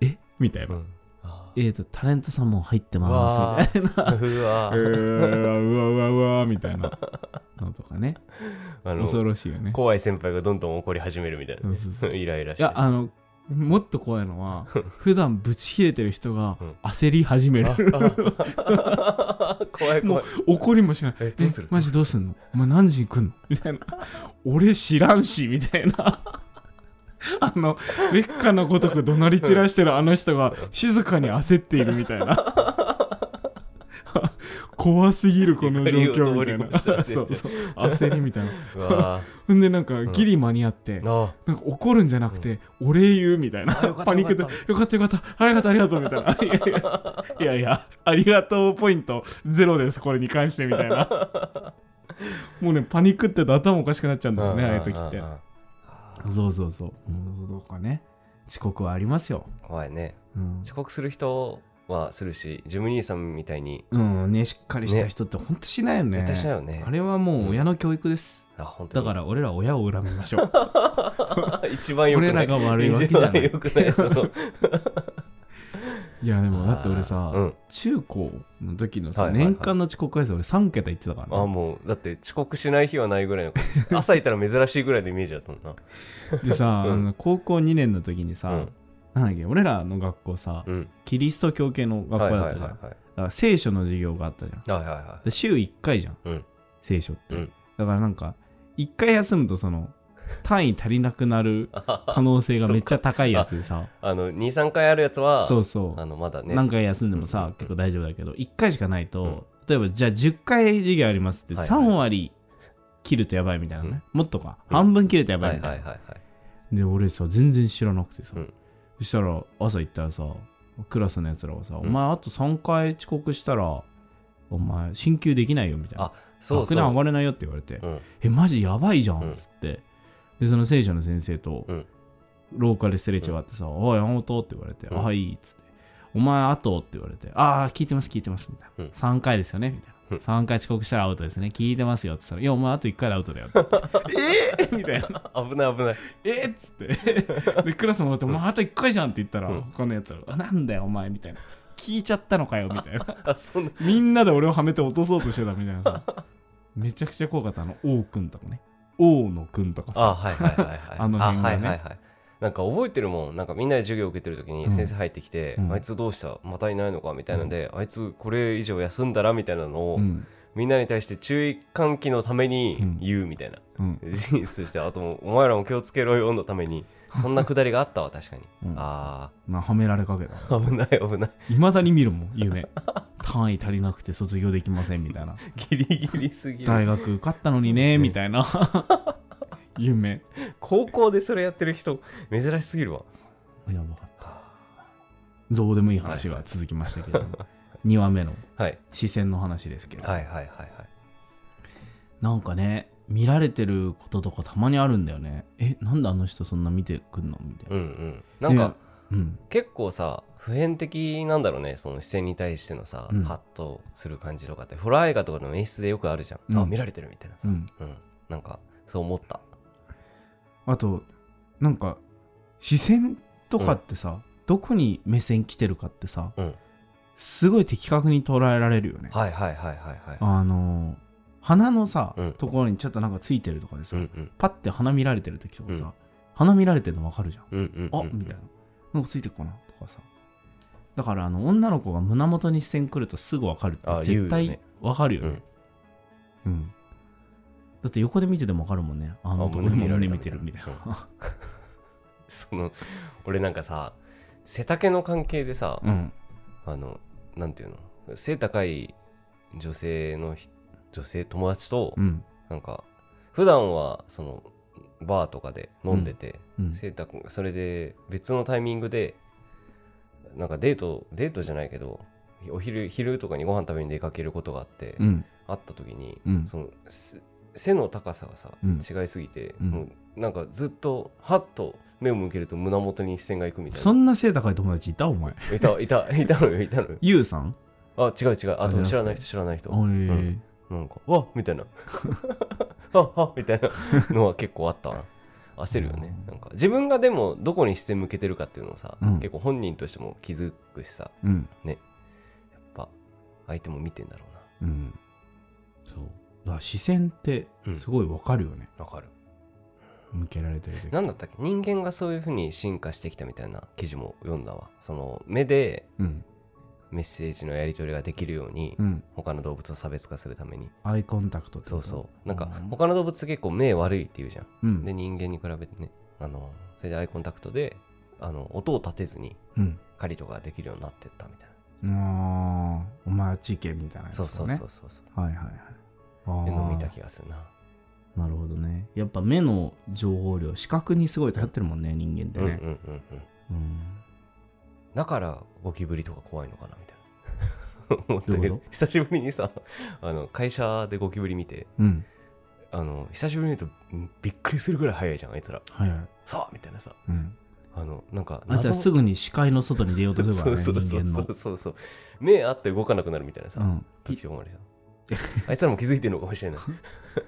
Speaker 4: えみたいな
Speaker 3: うんあ
Speaker 4: えーとタレントさんも入ってますみたいな
Speaker 3: うわ
Speaker 4: うわうわうわうわみたいなのとかね
Speaker 3: あの
Speaker 4: 恐ろしいよね
Speaker 3: 怖い先輩がどんどん怒り始めるみたいなね
Speaker 4: そうそ
Speaker 3: イライラし
Speaker 4: い
Speaker 3: て
Speaker 4: やあのもっと怖いの は普段ブチ切れてる人が
Speaker 3: うん
Speaker 4: 焦り始める、
Speaker 3: ああ 怖い
Speaker 4: も
Speaker 3: 怖いう
Speaker 4: 怒りもしない
Speaker 3: え
Speaker 4: え
Speaker 3: どうする
Speaker 4: マジどうすんのお前何時に来んのみたいな俺知らんしみたいな あの劣化のごとく怒鳴り散らしてるあの人が静かに焦っているみたいな 怖すぎるこの状況みたい
Speaker 3: 怒りを通り越した焦
Speaker 4: な
Speaker 3: り
Speaker 4: そうそう焦りみたいな
Speaker 3: うわ
Speaker 4: ほんでなんかギリ間に合って、
Speaker 3: あ
Speaker 4: なんか怒るんじゃなくて、お礼言うみたいな。
Speaker 3: あよかった
Speaker 4: パニックで、
Speaker 3: よか
Speaker 4: よかったよかった、ありがとうありがとうみたいな。いやいやいやいや、ありがとうポイントゼロです、これに関してみたいな。もうね、パニックってると頭おかしくなっちゃうんだよね、ああいう時って。そうそうそう。うん、どうかね。遅刻はありますよ。
Speaker 3: 怖いね
Speaker 4: うん、
Speaker 3: 遅刻する人はするしジム兄さんみたいに
Speaker 4: うん、ね、しっかりした人って本当しないよね。
Speaker 3: 絶対しないよね
Speaker 4: あれはもう親の教育です。
Speaker 3: あ本当
Speaker 4: だ
Speaker 3: に
Speaker 4: から俺ら親を恨みま しょう。
Speaker 3: 一番よくな
Speaker 4: 俺
Speaker 3: い
Speaker 4: らが悪いわけじゃな
Speaker 3: 一番
Speaker 4: い
Speaker 3: よ。くないその
Speaker 4: いやでもだって俺さ、
Speaker 3: うん
Speaker 4: 中高の時のさ、
Speaker 3: はいはいはい
Speaker 4: 年間の遅刻回数俺3桁言ってたから
Speaker 3: あ
Speaker 4: ね
Speaker 3: もうだって遅刻しない日はないぐらいの朝いたら珍しいぐらいのイメージだったもんな
Speaker 4: でさ、
Speaker 3: うん
Speaker 4: あの高校2年の時にさ、
Speaker 3: うん
Speaker 4: なんだっけ俺らの学校さ、
Speaker 3: うん
Speaker 4: キリスト教系の学校だ
Speaker 3: はいはい
Speaker 4: っ
Speaker 3: はい
Speaker 4: たじゃん、
Speaker 3: はい
Speaker 4: だから聖書の授業があったじゃん
Speaker 3: はいは
Speaker 4: で週1回じゃん、
Speaker 3: うん
Speaker 4: 聖書って、
Speaker 3: うん
Speaker 4: だからなんか1回休むとその単位足りなくなる
Speaker 3: いはい
Speaker 4: 可能性がめっちゃ高いやつでさ
Speaker 3: あの23回あるやつは
Speaker 4: そうそう
Speaker 3: あのまだね
Speaker 4: 何回休んでもさ、
Speaker 3: うん
Speaker 4: 結構大丈夫だけど1回しかないと、例えばじゃあ10回授業ありますって
Speaker 3: はい
Speaker 4: 3
Speaker 3: はい
Speaker 4: 割切るとやばいみたいなね、もっとか、半分切れとやばい
Speaker 3: は
Speaker 4: み
Speaker 3: い
Speaker 4: たいな、
Speaker 3: はいはいはい
Speaker 4: で俺さ全然知らなくてさ、
Speaker 3: うん
Speaker 4: そしたら朝行ったらさクラスのやつらがさ、
Speaker 3: ん
Speaker 4: お前あと3回遅刻したらお前進級できないよみたいな
Speaker 3: あそう
Speaker 4: 学
Speaker 3: そう
Speaker 4: 年上がれないよって言われて、
Speaker 3: うん
Speaker 4: えマジやばいじゃん
Speaker 3: うん
Speaker 4: っつって、でその聖書の先生と
Speaker 3: うん
Speaker 4: 廊下ですれ違ってさ「おい山本」って言われて「
Speaker 3: うん
Speaker 4: あいい」っつって「お前あと」って言われて「ああ聞いてます聞いてます」みたいな、
Speaker 3: うん
Speaker 4: 3回ですよね」みたいな。
Speaker 3: うん
Speaker 4: 3回遅刻したらアウトですね。聞いてますよって言ったら、いや、お前あと1回でアウトだよって言って。えー、みたいな。
Speaker 3: 危ない危ない
Speaker 4: えー、っつ って。で、クラス戻って、お前あと1回じゃんって言ったら、
Speaker 3: うん
Speaker 4: 他のやつら、あなんだよ、お前みたいな。聞いちゃったのかよ、みたいな。
Speaker 3: あ そんな
Speaker 4: みんなで俺をはめて落とそうとしてたみたいなさ。めちゃくちゃ怖かった。あの、王くんとかね。王のくんとかさ。
Speaker 3: あはいはいはいはい
Speaker 4: あの辺が
Speaker 3: あ
Speaker 4: ね
Speaker 3: はいはいはいなんか覚えてるもんなんかみんなで授業受けてる時
Speaker 4: う
Speaker 3: に
Speaker 4: ん
Speaker 3: 先生入ってきて、
Speaker 4: うん
Speaker 3: あいつどうしたまたいないのかみたいなので、あいつこれ以上休んだらみたいなのを、
Speaker 4: うん。
Speaker 3: みんなに対して注意喚起のために言うみたいな、
Speaker 4: うん。
Speaker 3: 事実としてあともお前らも気をつけろよのためにそんなくだりがあったわ確かに、
Speaker 4: うん
Speaker 3: あ
Speaker 4: なはめられかけた。
Speaker 3: あ危ない危ない
Speaker 4: いまだに見るもん、夢。単位足りなくて卒業できませんみたいな。
Speaker 3: ギリギリすぎる
Speaker 4: 大学受かったのにね、みたいな。夢。
Speaker 3: 高校でそれやってる人珍しすぎるわ
Speaker 4: やばかった。どうでもいい話が続きましたけど、2話目の
Speaker 3: はい
Speaker 4: 視線の話ですけど、
Speaker 3: はいはいはいはい
Speaker 4: なんかね見られてることとかたまにあるんだよねえなんであの人そんな見てくんのみたい
Speaker 3: うん
Speaker 4: な、
Speaker 3: うんなんか
Speaker 4: うん
Speaker 3: 結構さ普遍的なんだろうねその視線に対してのさ、
Speaker 4: うん
Speaker 3: ハッとする感じとかってホラー映画とかの演出でよくあるじゃん、
Speaker 4: うん
Speaker 3: あ見られてるみたいなさ、
Speaker 4: うん、
Speaker 3: うん、なんかそう思った
Speaker 4: あとなんか視線とかってさ、どこに目線来てるかってさ、
Speaker 3: うん
Speaker 4: すごい的確に捉えられるよね、
Speaker 3: はいはいはいはいは
Speaker 4: あのー鼻のさ、
Speaker 3: うん
Speaker 4: ところにちょっとなんかついてるとかで
Speaker 3: い
Speaker 4: さ、
Speaker 3: うんうん
Speaker 4: パッて鼻見られてる時とかさ、
Speaker 3: うん
Speaker 4: 鼻見られてるの分かるじゃん
Speaker 3: うん うんうん
Speaker 4: あみたいな。なんかついてっかなとかさ。だから、あの、女の子が胸元に視線来るとすぐわかるって
Speaker 3: あ、
Speaker 4: 絶
Speaker 3: 言うよ
Speaker 4: 対
Speaker 3: ね
Speaker 4: わかるよね。うん。だって横で見ててもわかるもんね。あの男
Speaker 3: 胸見られ
Speaker 4: 胸
Speaker 3: た
Speaker 4: 見てるみたいな。
Speaker 3: その俺なんかさ背丈の関係でさ、
Speaker 4: うん。
Speaker 3: あのなんていうの背高い女性のひ女性友達と、
Speaker 4: うん。
Speaker 3: なんか普段はそのバーとかで飲んでて、
Speaker 4: うん
Speaker 3: セータ君それで別のタイミングでなんかデートデートじゃないけどお昼昼とかにご飯食べに出かけることがあって、
Speaker 4: うん。
Speaker 3: 会った時に、
Speaker 4: うん
Speaker 3: そのせ背の高さがさ、
Speaker 4: うん
Speaker 3: 違いすぎて、
Speaker 4: うん
Speaker 3: もうなんかずっとハッと目を向けると胸元に視線がいくみたい
Speaker 4: そ
Speaker 3: なん
Speaker 4: な背高い友達いたお前。
Speaker 3: いたいたいたのよいたのよ
Speaker 4: ゆうさん
Speaker 3: あ違う違うあ
Speaker 4: あじゃなくて
Speaker 3: 知らない人知らない人
Speaker 4: おい
Speaker 3: うんなんかわっみたいな わっわっみたいなのは結構あったな焦るよねなんか自分がでもどこに視線向けてるかっていうのをさ、
Speaker 4: うん
Speaker 3: 結構本人としても気づくしさ
Speaker 4: うん。
Speaker 3: やっぱ相手も見てんだろうな
Speaker 4: うん。そう。だから視線って
Speaker 3: うん
Speaker 4: すごいわかるよね。
Speaker 3: わかる
Speaker 4: 向けられてる時。
Speaker 3: なんだったっけ人間がそういう風に進化してきたみたいな記事も読んだわその目で
Speaker 4: うん。
Speaker 3: メッセージのやり取りができるように、
Speaker 4: うん。
Speaker 3: 他の動物を差別化するために
Speaker 4: アイコンタクトって
Speaker 3: そ
Speaker 4: こ
Speaker 3: う
Speaker 4: と
Speaker 3: そうなんか他の動物って結構目悪いって言うじゃん
Speaker 4: うん
Speaker 3: で。人間に比べてねあのそれでアイコンタクトであの音を立てずに
Speaker 4: うん。
Speaker 3: 狩りとかができるようになってったみたいな、
Speaker 4: あーお前は地域みたいなやつだ
Speaker 3: そう
Speaker 4: ね。
Speaker 3: そうそうそうそう
Speaker 4: はいはいはい。あ
Speaker 3: っていうのを
Speaker 4: ー
Speaker 3: 見た気がするな、
Speaker 4: なるほどね。やっぱ目の情報量、視覚にすごい頼ってるもんね、人間って
Speaker 3: うんうん
Speaker 4: ね。
Speaker 3: うんうん
Speaker 4: うん
Speaker 3: だからゴキブリとか怖いのかなみたいな思った
Speaker 4: どうい
Speaker 3: け
Speaker 4: うこ
Speaker 3: ど久しぶりにさあの会社でゴキブリ見て
Speaker 4: うん。
Speaker 3: あの久しぶりに見るとんびっくりするぐらい早いじゃんあいつら
Speaker 4: はいはい。
Speaker 3: さあみたいなさ
Speaker 4: うん、
Speaker 3: あのなんか
Speaker 4: あいつは
Speaker 3: の
Speaker 4: すぐに視界の外に出ようとするからね、
Speaker 3: そうそう
Speaker 4: 人
Speaker 3: そ
Speaker 4: 間の
Speaker 3: う。そうそう目あって動かなくなるみたいなさ、
Speaker 4: うん、
Speaker 3: 時とかもあるじゃんあいつらも気づいてるのかもしれない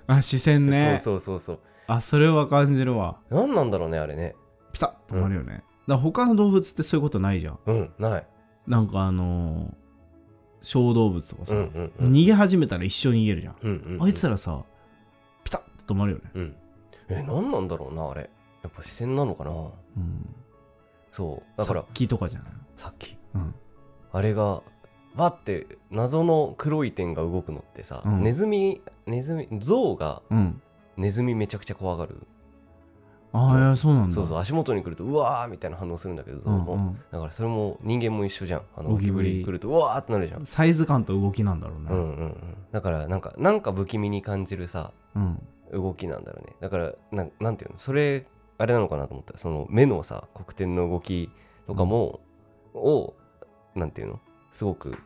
Speaker 4: あ視線 ね
Speaker 3: そうそうそう
Speaker 4: あそれは感じるわ
Speaker 3: そう何なんだろうねあれね
Speaker 4: ピタッと止まるよね、だから他の動物ってそういうことないじゃん
Speaker 3: うんない
Speaker 4: なんかあのー小動物とかさ、
Speaker 3: うんうんうん
Speaker 4: 逃げ始めたら一生逃げるじゃん、
Speaker 3: うんうんうん
Speaker 4: あいつらさピタッと止まるよね、
Speaker 3: うんえ何なんだろうなあれやっぱ視線なのかな
Speaker 4: うん、
Speaker 3: そうだから
Speaker 4: 殺気とかじゃない
Speaker 3: さっき
Speaker 4: のうん
Speaker 3: あれがわって謎の黒い点が動くのってさ、
Speaker 4: うん
Speaker 3: ネズミネズミ象が
Speaker 4: うん
Speaker 3: ネズミめちゃくちゃ怖がる、
Speaker 4: ああ、いやそうなんだ
Speaker 3: そうそう足元に来るとうわーみたいな反応するんだけど象
Speaker 4: うん
Speaker 3: も、だからそれも人間も一緒じゃんあの
Speaker 4: ゴ
Speaker 3: ゴ
Speaker 4: キ
Speaker 3: キ
Speaker 4: ブ
Speaker 3: ブ
Speaker 4: リ
Speaker 3: リ来るとうわーってなるじゃ
Speaker 4: うん
Speaker 3: ん
Speaker 4: サイズ感と動きなんだろう
Speaker 3: う
Speaker 4: ね
Speaker 3: んうんうんだからなんかなんか不気味に感じるさ
Speaker 4: うん
Speaker 3: 動きなんだろうねだからなんなんていうのそれあれなのかなと思ったその目のさ黒点の動きとかも、をなんていうのすごく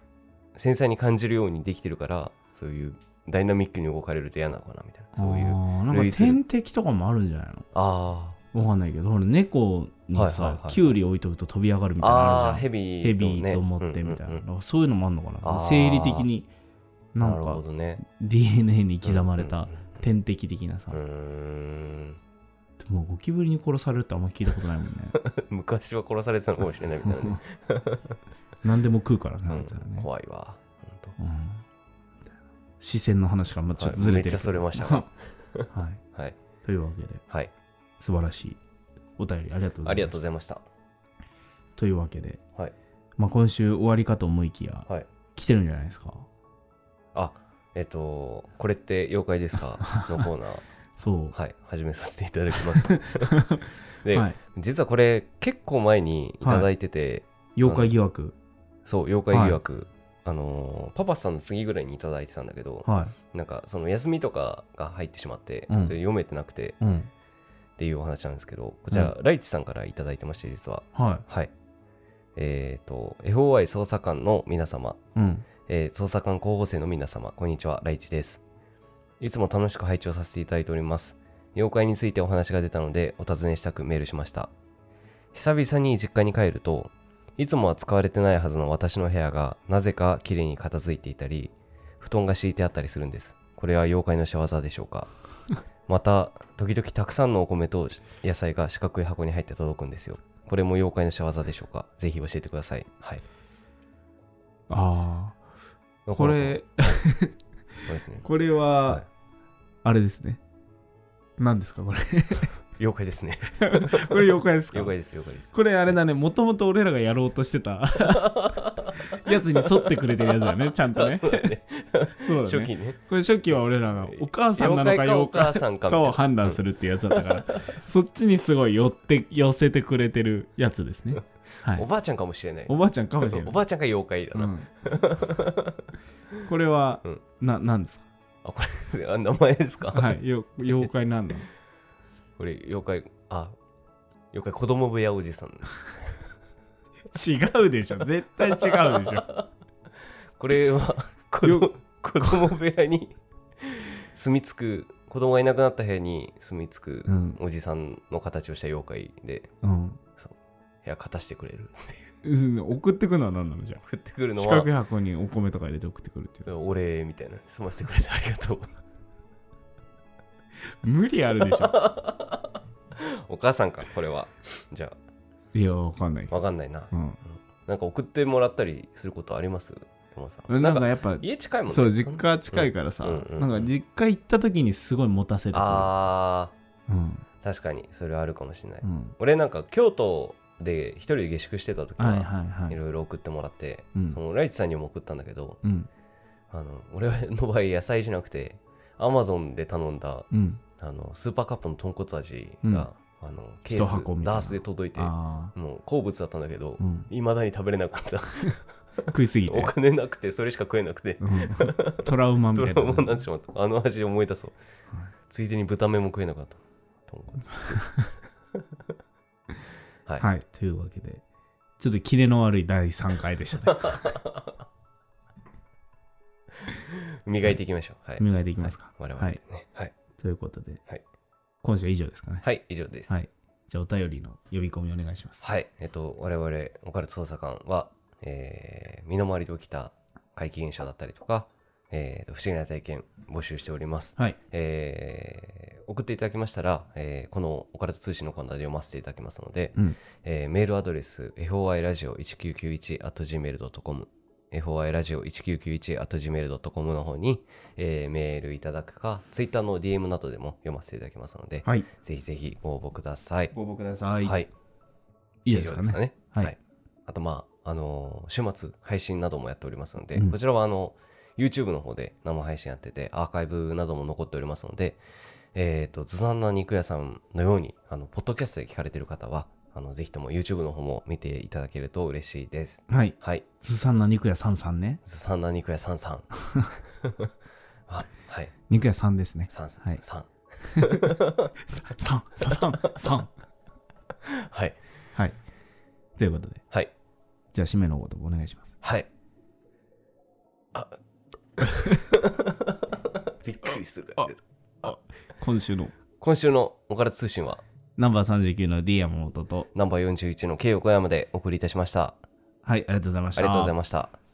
Speaker 3: 繊細に感じるようにできてるからそういうダイナミックに動かれると嫌なのかなみたいなそういう
Speaker 4: あーなん
Speaker 3: 類
Speaker 4: か
Speaker 3: する
Speaker 4: 天敵とかもあるんじゃない
Speaker 3: あ
Speaker 4: のわかんないけどほら猫にさ、
Speaker 3: はいはいはい
Speaker 4: キュウリ置いとくと飛び上がるみ
Speaker 3: ー
Speaker 4: たいなの
Speaker 3: あー
Speaker 4: あるじゃん
Speaker 3: ヘビ
Speaker 4: ヘビ
Speaker 3: ね
Speaker 4: と思ってみたいな、
Speaker 3: うんうんうん
Speaker 4: そういうのもあんのかな
Speaker 3: あー
Speaker 4: 生理的にな
Speaker 3: なんる
Speaker 4: か
Speaker 3: ほどね
Speaker 4: DNA に刻まれた
Speaker 3: うん
Speaker 4: 天敵的なさ、
Speaker 3: うんうんうんうー ん
Speaker 4: でもゴキブリに殺されるってあんま聞いたことないもんね
Speaker 3: 昔は殺されてたのかもしれないみたいなね
Speaker 4: 何でも食うからねあ
Speaker 3: う
Speaker 4: い
Speaker 3: ん
Speaker 4: つらね、
Speaker 3: 怖いわ。ほんと
Speaker 4: うん視線の話からまあちょっとずれてるけど、
Speaker 3: はいめっちゃ それ
Speaker 4: はい
Speaker 3: はい。
Speaker 4: というわけで
Speaker 3: はい。
Speaker 4: 素晴らしいお便りありがとうございます
Speaker 3: ありがとうございました。
Speaker 4: というわけで、
Speaker 3: はい
Speaker 4: まあ、今週終わりかと思いきや、
Speaker 3: はい
Speaker 4: 来てるんじゃないですか
Speaker 3: あ、えっと、これって妖怪です かのコーナー、
Speaker 4: そう、
Speaker 3: はい、始めさせていただきます。 で、
Speaker 4: はい、
Speaker 3: 実はこれ、結構前にいただいてて、
Speaker 4: 妖怪疑惑
Speaker 3: そう、妖怪疑惑、あのーパパさんの次ぐらいにいただいてたんだけど、
Speaker 4: は
Speaker 3: なんか、その休みとかが入ってしまって、
Speaker 4: うん
Speaker 3: それ読めてなくて
Speaker 4: いうん
Speaker 3: っていうお話なんですけど、こちら、ライチさんからいただいてまして、実は。
Speaker 4: は
Speaker 3: はい。えっ、と、FOI 捜査官の皆様、
Speaker 4: いうん
Speaker 3: えー捜査官候補生の皆様、こんにちは、ライチです。いつも楽しく拝聴させていただいております。妖怪についてお話が出たので、お尋ねしたくメールしました。久々に実家に帰ると、いつもは使われてないはずの私の部屋が、なぜか綺麗に片付いていたり、布団が敷いてあったりするんです。これは妖怪の仕業でしょう かまた、時々たくさんのお米と野菜が四角い箱に入って届くんですよ。これも妖怪の仕業でしょうかぜひ教えてください。はい。
Speaker 4: ああこれ
Speaker 3: これですね。
Speaker 4: これは、
Speaker 3: はい
Speaker 4: あれですね何ですか これ
Speaker 3: 妖怪ですね。
Speaker 4: これ妖怪ですか
Speaker 3: 妖怪です、妖怪です。
Speaker 4: これあれだねもともと俺らがやろうとし てたやつに沿ってくれてるやつだねちゃんとね
Speaker 3: そうだね。
Speaker 4: そうだ
Speaker 3: 初
Speaker 4: ね
Speaker 3: 期ね。
Speaker 4: これ初期は俺らがお母さんなのか
Speaker 3: お
Speaker 4: 妖怪
Speaker 3: 母さんかみた
Speaker 4: か
Speaker 3: いな
Speaker 4: を判断するっていうやつだった から、そっちにすごい寄って寄せてくれてるやつですね。は
Speaker 3: うんお
Speaker 4: い、
Speaker 3: ばあちゃんかもしれない。
Speaker 4: おばあちゃんかもしれな
Speaker 3: お
Speaker 4: い。
Speaker 3: ばあちゃんが妖怪だ
Speaker 4: う
Speaker 3: な。
Speaker 4: ん、これは、
Speaker 3: うん
Speaker 4: なな んですか、
Speaker 3: あ、これ、あ名前ですか、
Speaker 4: はい、よ妖怪なんだ
Speaker 3: これ、妖怪、あ、妖怪子供部屋おじさん。
Speaker 4: 違うでしょ絶対違うでしょ
Speaker 3: これ は、子供子供部屋に住み着く、子供がいなくなった部屋に住み着く
Speaker 4: うん
Speaker 3: おじさんの形をした妖怪で、
Speaker 4: うん、
Speaker 3: 部屋片してくれる。
Speaker 4: うん、送ってくのは何なのじゃあ
Speaker 3: 降ってくるの
Speaker 4: 四角い
Speaker 3: は、
Speaker 4: 箱にお米とか入れて送ってくるっていう
Speaker 3: お礼みたいな。済ませてくれてありがとう。
Speaker 4: 無理あるで しょ
Speaker 3: お母さんか、これは。じゃ
Speaker 4: いやわかんないけ
Speaker 3: あ、
Speaker 4: ど、
Speaker 3: わかんないな
Speaker 4: う。ん
Speaker 3: なんか送ってもらったりすることあります山さ。
Speaker 4: うんん、
Speaker 3: な
Speaker 4: なんん
Speaker 3: か
Speaker 4: かやっぱ
Speaker 3: 家近いもんね。
Speaker 4: そう実家近いからさ、
Speaker 3: うんうんうん
Speaker 4: なんか実家行った時にすごい持たせてくる
Speaker 3: あ
Speaker 4: うん
Speaker 3: ー、確かにそれはあるかもしれない。
Speaker 4: うん、
Speaker 3: 俺なんか京都で一人で下宿してた時
Speaker 4: はい
Speaker 3: は
Speaker 4: はいはいい、
Speaker 3: ろいろ送ってもらって、
Speaker 4: うん
Speaker 3: そのライチさんにも送ったんだけど、
Speaker 4: うん
Speaker 3: あの俺の場合野菜じゃなくて、アマゾンで頼んだ
Speaker 4: うん、
Speaker 3: あのスーパーカップの豚骨味が、あのケー
Speaker 4: 一箱み
Speaker 3: ス、
Speaker 4: たいな
Speaker 3: ダースで届いて、
Speaker 4: あ
Speaker 3: もう好物だったんだけど
Speaker 4: あ、う、ん、
Speaker 3: いまだに食べれなかった。
Speaker 4: 食いすぎ
Speaker 3: お
Speaker 4: て、
Speaker 3: 金なくて、それしか食えなくて
Speaker 4: う。ん、トラウマみ
Speaker 3: ド
Speaker 4: たい
Speaker 3: ラ
Speaker 4: な
Speaker 3: マになってしまった。あの味思い出そう。
Speaker 4: はい
Speaker 3: ついでに豚目も食えなかった。豚骨。はい。
Speaker 4: はいというわけでちょっとキレの悪い第3回でし たね
Speaker 3: 磨いていきましょう。はい。
Speaker 4: 磨いていきますか、
Speaker 3: はい、我々でね。はい。
Speaker 4: ということで、
Speaker 3: はい
Speaker 4: 今週は以上ですかね、
Speaker 3: はい、以上です。
Speaker 4: は
Speaker 3: はいい。
Speaker 4: じゃあお便りの呼び込みお願いします、
Speaker 3: えっと、我々、オカルト捜査官は、えー身の回りで起きた怪奇現象だったりとか、えーと不思議な体験募集しております。
Speaker 4: はい。
Speaker 3: えー送っていただきましたら、えーこのオカルト通信のコーナーで読ませていただきますので、
Speaker 4: うん
Speaker 3: えーメールアドレス foiradio1991.gmail.com foiradio1991.gmail.com の方に、えーメールいただくか、ツイッターの DM などでも読ませていただきますので、
Speaker 4: はい。
Speaker 3: ぜひぜひご応募ください。
Speaker 4: ご応募ください。。
Speaker 3: はいい。
Speaker 4: いですか
Speaker 3: 以上
Speaker 4: ね。
Speaker 3: は。
Speaker 4: はいい
Speaker 3: あと、まあ、あのー週末配信などもやっておりますので、
Speaker 4: うん
Speaker 3: こちらはあの、YouTube の方で生配信やってて、アーカイブなども残っておりますので、えっ、と、ずさんな肉屋さんのように、あの、ポッドキャストで聞かれてる方は、あの、ぜひとも YouTube の方も見ていただけると嬉しいです。
Speaker 4: はい。
Speaker 3: はい。
Speaker 4: ずさんな肉屋さんさんね。
Speaker 3: ずさんな肉屋さん さん。あはい。
Speaker 4: 肉屋さんですね。
Speaker 3: さん、
Speaker 4: はい
Speaker 3: さん。
Speaker 4: さん、ささん、さん。
Speaker 3: はい。
Speaker 4: はい。ということで、
Speaker 3: はい。
Speaker 4: じゃあ、締めのごとお願いします。
Speaker 3: はい。 あびっくりする。
Speaker 4: 今週の
Speaker 3: 今週のオカルト通信は
Speaker 4: ナンバー39の D 山本と、
Speaker 3: ナンバー41の K 横山でお送りいたしました。
Speaker 4: はい、ありがとうございまし
Speaker 3: あ
Speaker 4: た。
Speaker 3: りがとうございました。